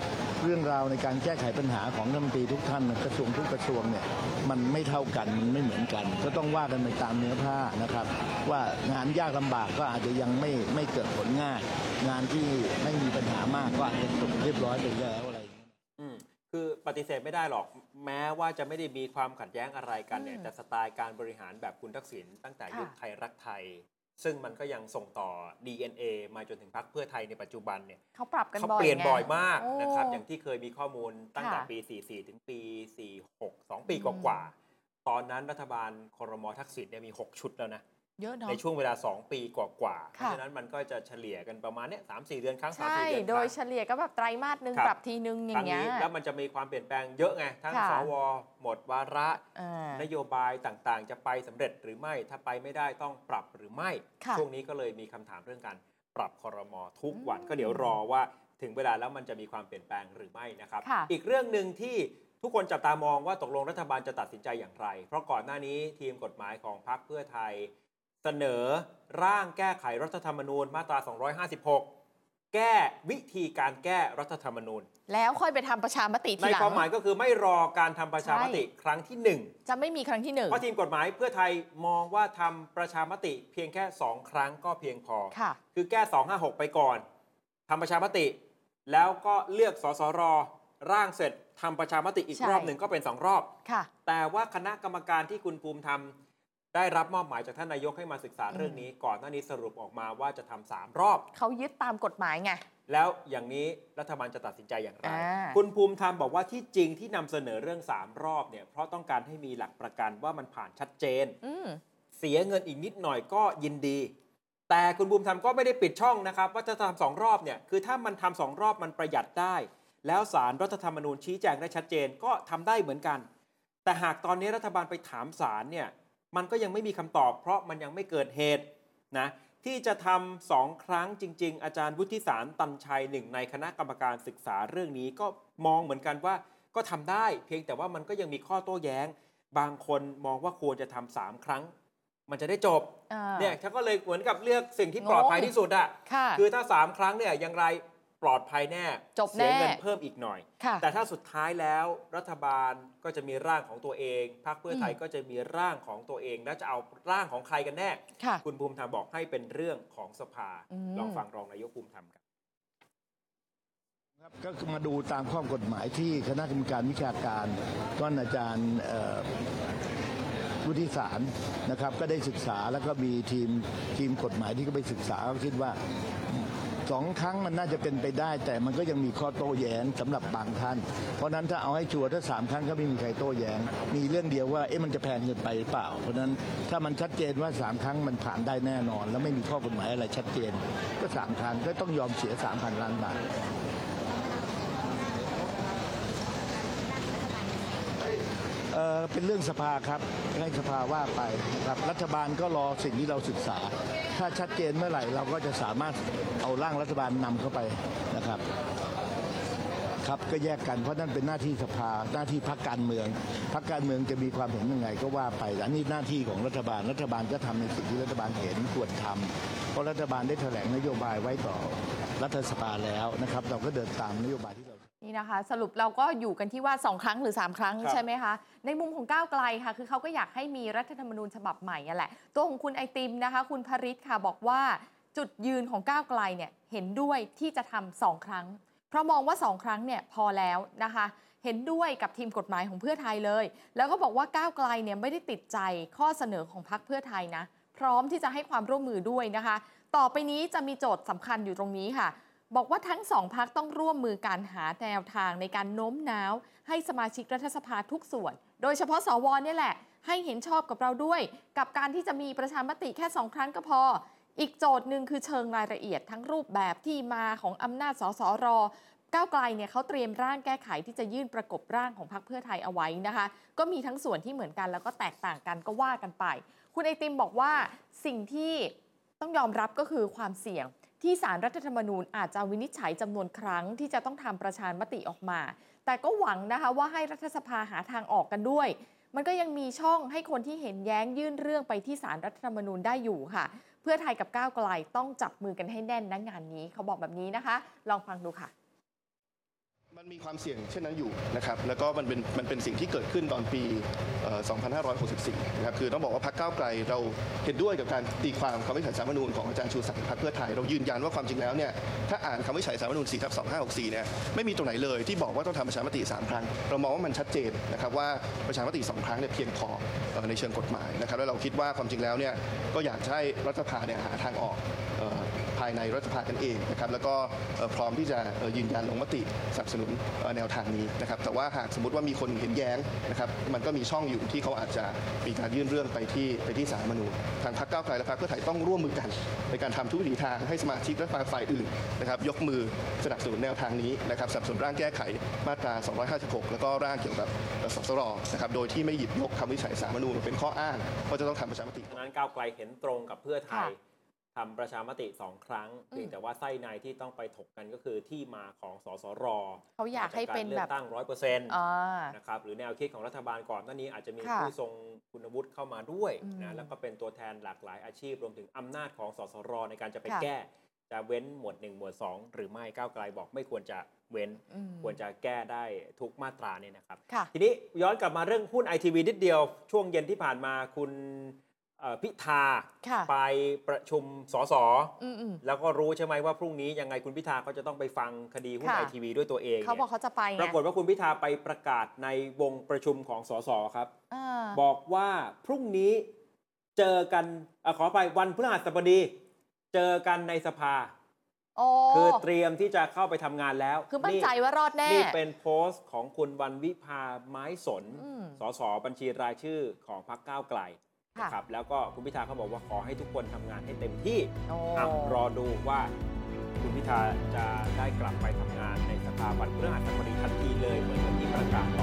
D: เรื่องราวในการแก้ไขปัญหาของรัฐมนตรีทุกท่านนะกระทรวงทุกกระทรวงเนี่ยมันไม่เท่ากันมันไม่เหมือนกัน ก็ต้องว่ากันไปตามเนื้อผ้านะครับ ว่างานยากลำบากก็อาจจะยังไม่ไม่เกิดผลง่าย งานที่ไม่มีปัญหามากก็อาจจะจบเรียบร้อยไปแล้วอะไรอย่างเงี้ย
B: อืมคือปฏิเสธไม่ได้หรอกแม้ว่าจะไม่ได้มีความขัดแย้งอะไรกันเนี่ย
C: อืม
B: แต่สไตล์การบริหารแบบคุณทักษิณตั้งแต่ยุค
C: ค่ะ
B: ไทยรักไทย ซึ่งมันก็ยังส่งต่อ DNA มาจนถึงพรรคเพื่อไทยในปัจจุบันเนี่ย
C: เขาปรับกัน
B: เขา
C: บ่อย
B: เปลี่ยน
C: ไง
B: บ่อยมาก
C: โอ้
B: นะครับอย่างที่เคยมีข้อมูลตั้งแต่
C: ค่ะ
B: ปี 44 ถึงปี 46 2 ปี
C: อื
B: ก
C: ม
B: ว่าๆตอนนั้นรัฐบาลคอรมอทักษิณเนี่ยมี 6 ชุดแล้วนะ
C: เยอะเนาะ
B: ในช่วงเวลา 2 ปีกว่าๆเพ
C: ค่ะ
B: ราะฉะนั้นมันก็จะเฉลี่ยกันประมาณเนี่ยสามสี่เดือนครั้งสาม
C: ใช่
B: สี่เดือนค
C: โดย
B: รั้ง
C: เฉลี่ยก็แบบไตรมาสหนึ่ง
B: ครับ
C: ปรับทีนึงอ
B: ค
C: ย่า
B: รั้
C: ง
B: ง
C: เงี้ย
B: นี้แล้วมันจะมีความเปลี่ยนแปลงเยอะไง ทั้ง
C: ค่ะ
B: สวหมดวาระ
C: อ่า
B: นโยบายต่างๆ จะไปสำเร็จหรือไม่ ถ้าไปไม่ได้ต้องปรับหรือไม่
C: ค่ะ
B: ช่วงนี้ก็เลยมีคำถามเรื่องการปรับคอรมอทุกวัน
C: อืม
B: ก็เดี๋ยวรอว่าถึงเวลาแล้วมันจะมีความเปลี่ยนแปลงหรือไม่นะครับ
C: ค่ะ
B: อีกเรื่องหนึ่งที่ทุกคนจับตามองว่าตกลงรัฐบาลจะตัดสินใจอย่างไร เพราะก่อนหน้านี้ทีมกฎหมายของพรรคเพื่อไทย เสนอร่างแก้ไขรัฐธรรมนูญมาตรา 256 แก้วิธีการแก้รัฐธรรมนูญ
C: แล้วค่อยไปทำประชามติ
B: ใน
C: ทีหลัง
B: ความหมายก็คือไม่รอการทำประชามติครั้งที่หนึ่ง
C: จะไม่มีครั้งที่หนึ่ง
B: เพราะทีมกฎหมายเพื่อไทยมองว่าทำประชามติเพียงแค่ 2 ครั้งก็เพียงพอ
C: ค่ะ
B: คือแก้ 256 ไปก่อนทำประชามติ แล้วก็เลือกสสรร่างเสร็จทำประชามติอีก
C: ใช่
B: รอบหนึ่งก็เป็น 2 รอบ
C: ค่ะ
B: แต่ว่าคณะกรรมการที่คุณภูมิทำได้รับมอบหมายจากท่านนายกให้มาศึกษาเรื่องนี้ ก่อนหน้านี้สรุปออกมาว่าจะทำสามรอบ
C: เขายึดตามกฎหมายไง
B: แล้วอย่างนี้รัฐบาลจะตัดสินใจอย่างไร
C: อ่า
B: คุณภูมิธรรมบอกว่าที่จริงที่นำเสนอเรื่องสามรอบเนี่ยเพราะต้องการให้มีหลักประกันว่ามันผ่านชัดเจน
C: อืม
B: เสียเงินอีกนิดหน่อยก็ยินดี แต่คุณบูมทำก็ไม่ได้ปิดช่องนะครับ ว่าจะทำสองรอบเนี่ย คือถ้ามันทำสองรอบมันประหยัดได้ แล้วสารรัฐธรรมนูญชี้แจงได้ชัดเจนก็ทำได้เหมือนกัน แต่หากตอนนี้รัฐบาลไปถามสารเนี่ย มันก็ยังไม่มีคำตอบ เพราะมันยังไม่เกิดเหตุนะที่จะทำสองครั้งจริง ๆ อาจารย์วุฒิสารตันชัยหนึ่งในคณะกรรมการศึกษาเรื่องนี้ก็มองเหมือนกันว่าก็ทำได้ เพียงแต่ว่ามันก็ยังมีข้อโต้แย้ง บางคนมองว่าควรจะทำสามครั้ง มันจะได้จบ
C: อ่า
B: เนี่ยเขาก็เลยเหมือนกับเลือกสิ่งที่ปลอดภัยที่สุดอะ
C: ค่ะ
B: คือถ้า 3 ครั้งเนี่ยอยังไรปลอดภัยแน่
C: จบแน่
B: เสียเงินเพิ่มอีกหน่อย
C: ค่ะ
B: แต่ถ้าสุดท้ายแล้วรัฐบาลก็จะมีร่างของตัวเองพรรคเพื่อไทยก็จะมีร่างของตัวเอง แล้วจะเอาร่างของใครกันแน่
C: ค่ะ
B: คุณภูมิธรรมบอกให้เป็นเรื่องของสภา
C: อืม
B: ลองฟังรองนายกภูมิธรรมครับ
D: ครับก็มาดูตามข้อกฎหมายที่คณะกรรมการวิชาการท่านอาจารย์เอ่อวุฒิสารนะครับ ก็ได้ศึกษาแล้วก็มีทีมทีมกฎหมายที่ก็ไปศึกษาก็คิดว่าสองครั้งมันน่าจะเป็นไปได้ แต่มันก็ยังมีข้อโต้แย้งสำหรับบางท่าน เพราะฉะนั้นถ้าเอาให้ชัวร์ถ้าสามครั้งก็ไม่มีใครโต้แย้ง มีเรื่องเดียวว่าเอ๊ะมันจะแพงเกินไปหรือเปล่า เพราะฉะนั้นถ้ามันชัดเจนว่าสามครั้งมันผ่านได้แน่นอน แล้วไม่มีข้อกฎหมายอะไรชัดเจน ก็สามครั้งก็ต้องยอมเสียสามพันล้านบาท เอ่อเป็นเรื่องสภาครับให้สภาว่าไปนะครับรัฐบาลก็รอสิ่งที่เราศึกษา ถ้าชัดเจนเมื่อไหร่เราก็จะสามารถเอาร่างรัฐบาลนำเข้าไปนะครับ ครับก็แยกกันเพราะนั่นเป็นหน้าที่สภาหน้าที่พักการเมืองพักการเมืองจะมีความเห็นยังไงก็ว่าไปอันนี้หน้าที่ของรัฐบาลรัฐบาลก็ทำในสิ่งที่รัฐบาลเห็นควรทำเพราะรัฐบาลได้แถลงนโยบายไว้ต่อรัฐสภาแล้วนะครับ เราก็เดินตามนโยบายที่เรา
C: นี่นะคะ สรุปเราก็อยู่กันที่ว่า 2 ครั้งหรือ 3 ครั้ง
B: ครับ
C: ใช่ไหมคะ ในมุมของก้าวไกลค่ะ คือเขาก็อยากให้มีรัฐธรรมนูญฉบับใหม่อะแหละ ตัวของคุณไอติมนะคะ คุณพริศค่ะบอกว่า จุดยืนของก้าวไกลเนี่ยเห็นด้วยที่จะทำสองครั้ง เพราะมองว่า 2 ครั้งเนี่ยพอแล้วนะคะ เห็นด้วยกับทีมกฎหมายของเพื่อไทยเลย แล้วก็บอกว่าก้าวไกลเนี่ยไม่ได้ติดใจข้อเสนอของพรรคเพื่อไทยนะ พร้อมที่จะให้ความร่วมมือด้วยนะคะ ต่อไปนี้จะมีโจทย์สำคัญอยู่ตรงนี้ค่ะ บอกว่าทั้งสองพักต้องร่วมมือการหาแนวทางในการโน้มน้าว ให้สมาชิกรัฐสภาทุกส่วน โดยเฉพาะสวเนี่ยแหละ ให้เห็นชอบกับเราด้วย กับการที่จะมีประชามติแค่สองครั้งก็พอ อีกโจทย์หนึ่งคือเชิงรายละเอียดทั้งรูปแบบที่มาของอำนาจสสร ก้าวไกลเนี่ยเขาเตรียมร่างแก้ไขที่จะยื่นประกบร่างของพรรคเพื่อไทยเอาไว้นะคะ ก็มีทั้งส่วนที่เหมือนกันแล้วก็แตกต่างกันก็ว่ากันไป คุณไอติมบอกว่าสิ่งที่ต้องยอมรับก็คือความเสี่ยง ที่สารรัฐธรรมนูญอาจจะวินิจฉัยจำนวนครั้งที่จะต้องทำประชามติออกมา แต่ก็หวังนะคะว่าให้รัฐสภาหาทางออกกันด้วย มันก็ยังมีช่องให้คนที่เห็นแย้งยื่นเรื่องไปที่สารรัฐธรรมนูญได้อยู่ค่ะ เพื่อไทยกับก้าวไกลต้องจับมือกันให้แน่นนะงานนี้เขาบอกแบบนี้นะคะ ลองฟังดูค่ะ
F: มันมีความเสี่ยงเช่นนั้นอยู่นะครับ แล้วก็มันเป็นมันเป็นสิ่งที่เกิดขึ้นตอนปีเอ่อ2564 นะครับ คือต้องบอกว่าพรรคก้าวไกลเราเห็นด้วยกับการตีความคำวินิจฉัยสารรัฐธรรมนูญของอาจารย์ชูศักดิ์พรรคเพื่อไทย เรายืนยันว่าความจริงแล้วเนี่ย ถ้าอ่านคำวินิจฉัยสารรัฐธรรมนูญ4ทับ2564 เนี่ย ไม่มีตรงไหนเลยที่บอกว่าต้องทำประชามติ 3 ครั้ง เรามองว่ามันชัดเจนนะครับว่าประชามติ 2 ครั้งเนี่ยเพียงพอเอ่อในเชิงกฎหมายนะครับ แล้วเราคิดว่าความจริงแล้วเนี่ยก็อยากจะให้รัฐสภาเนี่ยหาทางออก เอ่อภายในรัฐสภากันเองนะครับแล้วก็เอ่อพร้อมที่จะเอ่อยืนยันลงมติสนับสนุนเอ่อแนวทางนี้นะครับแต่ว่าหากสมมติว่ามีคนเห็นแย้งนะครับมันก็มีช่องอยู่ที่เขาอาจจะมีการยื่นเรื่องไปที่ไปที่สาลรฐธรรมนูญทางพรรคก้าวไกลและพรรคเพื่อไทยต้องร่วมมือกัน ในการทำทุกวิถีทางให้สมาชิกรัฐสภาฝ่ายอื่นนะครับยกมือสนับสนุนแนวทางนี้นะครับสนับสนุนร่างแก้ไขมาตรา 256 แล้วก็ร่างเกี่ยวกับเอ่อสสรนะครับโดยที่ไม่หยิบยกคำวินิจฉัยสาลรฐธรรมนูญเป็นข้ออ้างว่าจะต้องทำประชามติ
B: ฉะนั้นก้าวไกลเห็นตรงกับเพื่อไทย
C: ค่ะ
B: ทำประชามติสองครั้ง
C: อืม
B: เพียงแต่ว่าไส้ในที่ต้องไปถกกันก็คือที่มาของสสร
C: เขาอยากให้เป็นแบบ
B: มจาารลือกตั้งร้อยเปอร์เซ็นต์
C: อ่า
B: นะครับหรือแนวคิดของรัฐบาลก่อนหน้านี้อาจจะมี
C: ค่ะ
B: ผู้ทรงคุณวุฒิเข้ามาด้วย
C: อื
B: นะ
C: ม
B: แล้วก็เป็นตัวแทนหลากหลายอาชีพ รวมถึงอำนาจของสสรในการจะไป
C: ค่ะ
B: แก้ จะเว้นหมวด 1 หมวด 2 หรือไม่ก้าวไกลบอกไม่ควรจะเว้น
C: อืม
B: ควรจะแก้ได้ทุกมาตราเนี่ยนะครับ
C: ค่ะ
B: ทีนี้ย้อนกลับมาเรื่องหุ้นไอทีวีนิดเดียว ช่วงเย็นที่ผ่านมาคุณเอ่อพิธา
C: ค่ะ
B: ไปประชุมสส
C: อืมอืม
B: แล้วก็รู้ใช่ไหมว่าพรุ่งนี้ยังไงคุณพิธาก็จะต้องไปฟังคดีหุ้น
C: ค่ะ
B: ไอทีวีด้วยตัวเอง
C: เขา
B: นี่ย
C: บอกเขาจะไปไง
B: ปรากฏว่าคุณพิธาไปประกาศในวงประชุมของสสครับ
C: อ่า
B: บอกว่าพรุ่งนี้เจอกันเออขอไปวันพฤหัสบดี เจอกันในสภา
C: โอ้
B: คือเตรียมที่จะเข้าไปทำงานแล้ว
C: คือมั่นใจว่ารอดแน่
B: นี่เป็นโพสต์ของคุณวันวิภาไม้สน
C: อืม
B: สสบัญชีรายชื่อของพรรคก้าวไกล
C: ค่ะ
B: นะครับแล้วก็คุณพิธาเขาบอกว่าขอให้ทุกคนทำงานให้เต็มที่
C: โอ้
B: อ่ะรอดูว่าคุณพิธาจะได้กลับไปทำงานในสภาวันพฤหัสบดีทันทีเลยเหมือนกับที่ประกาศไว้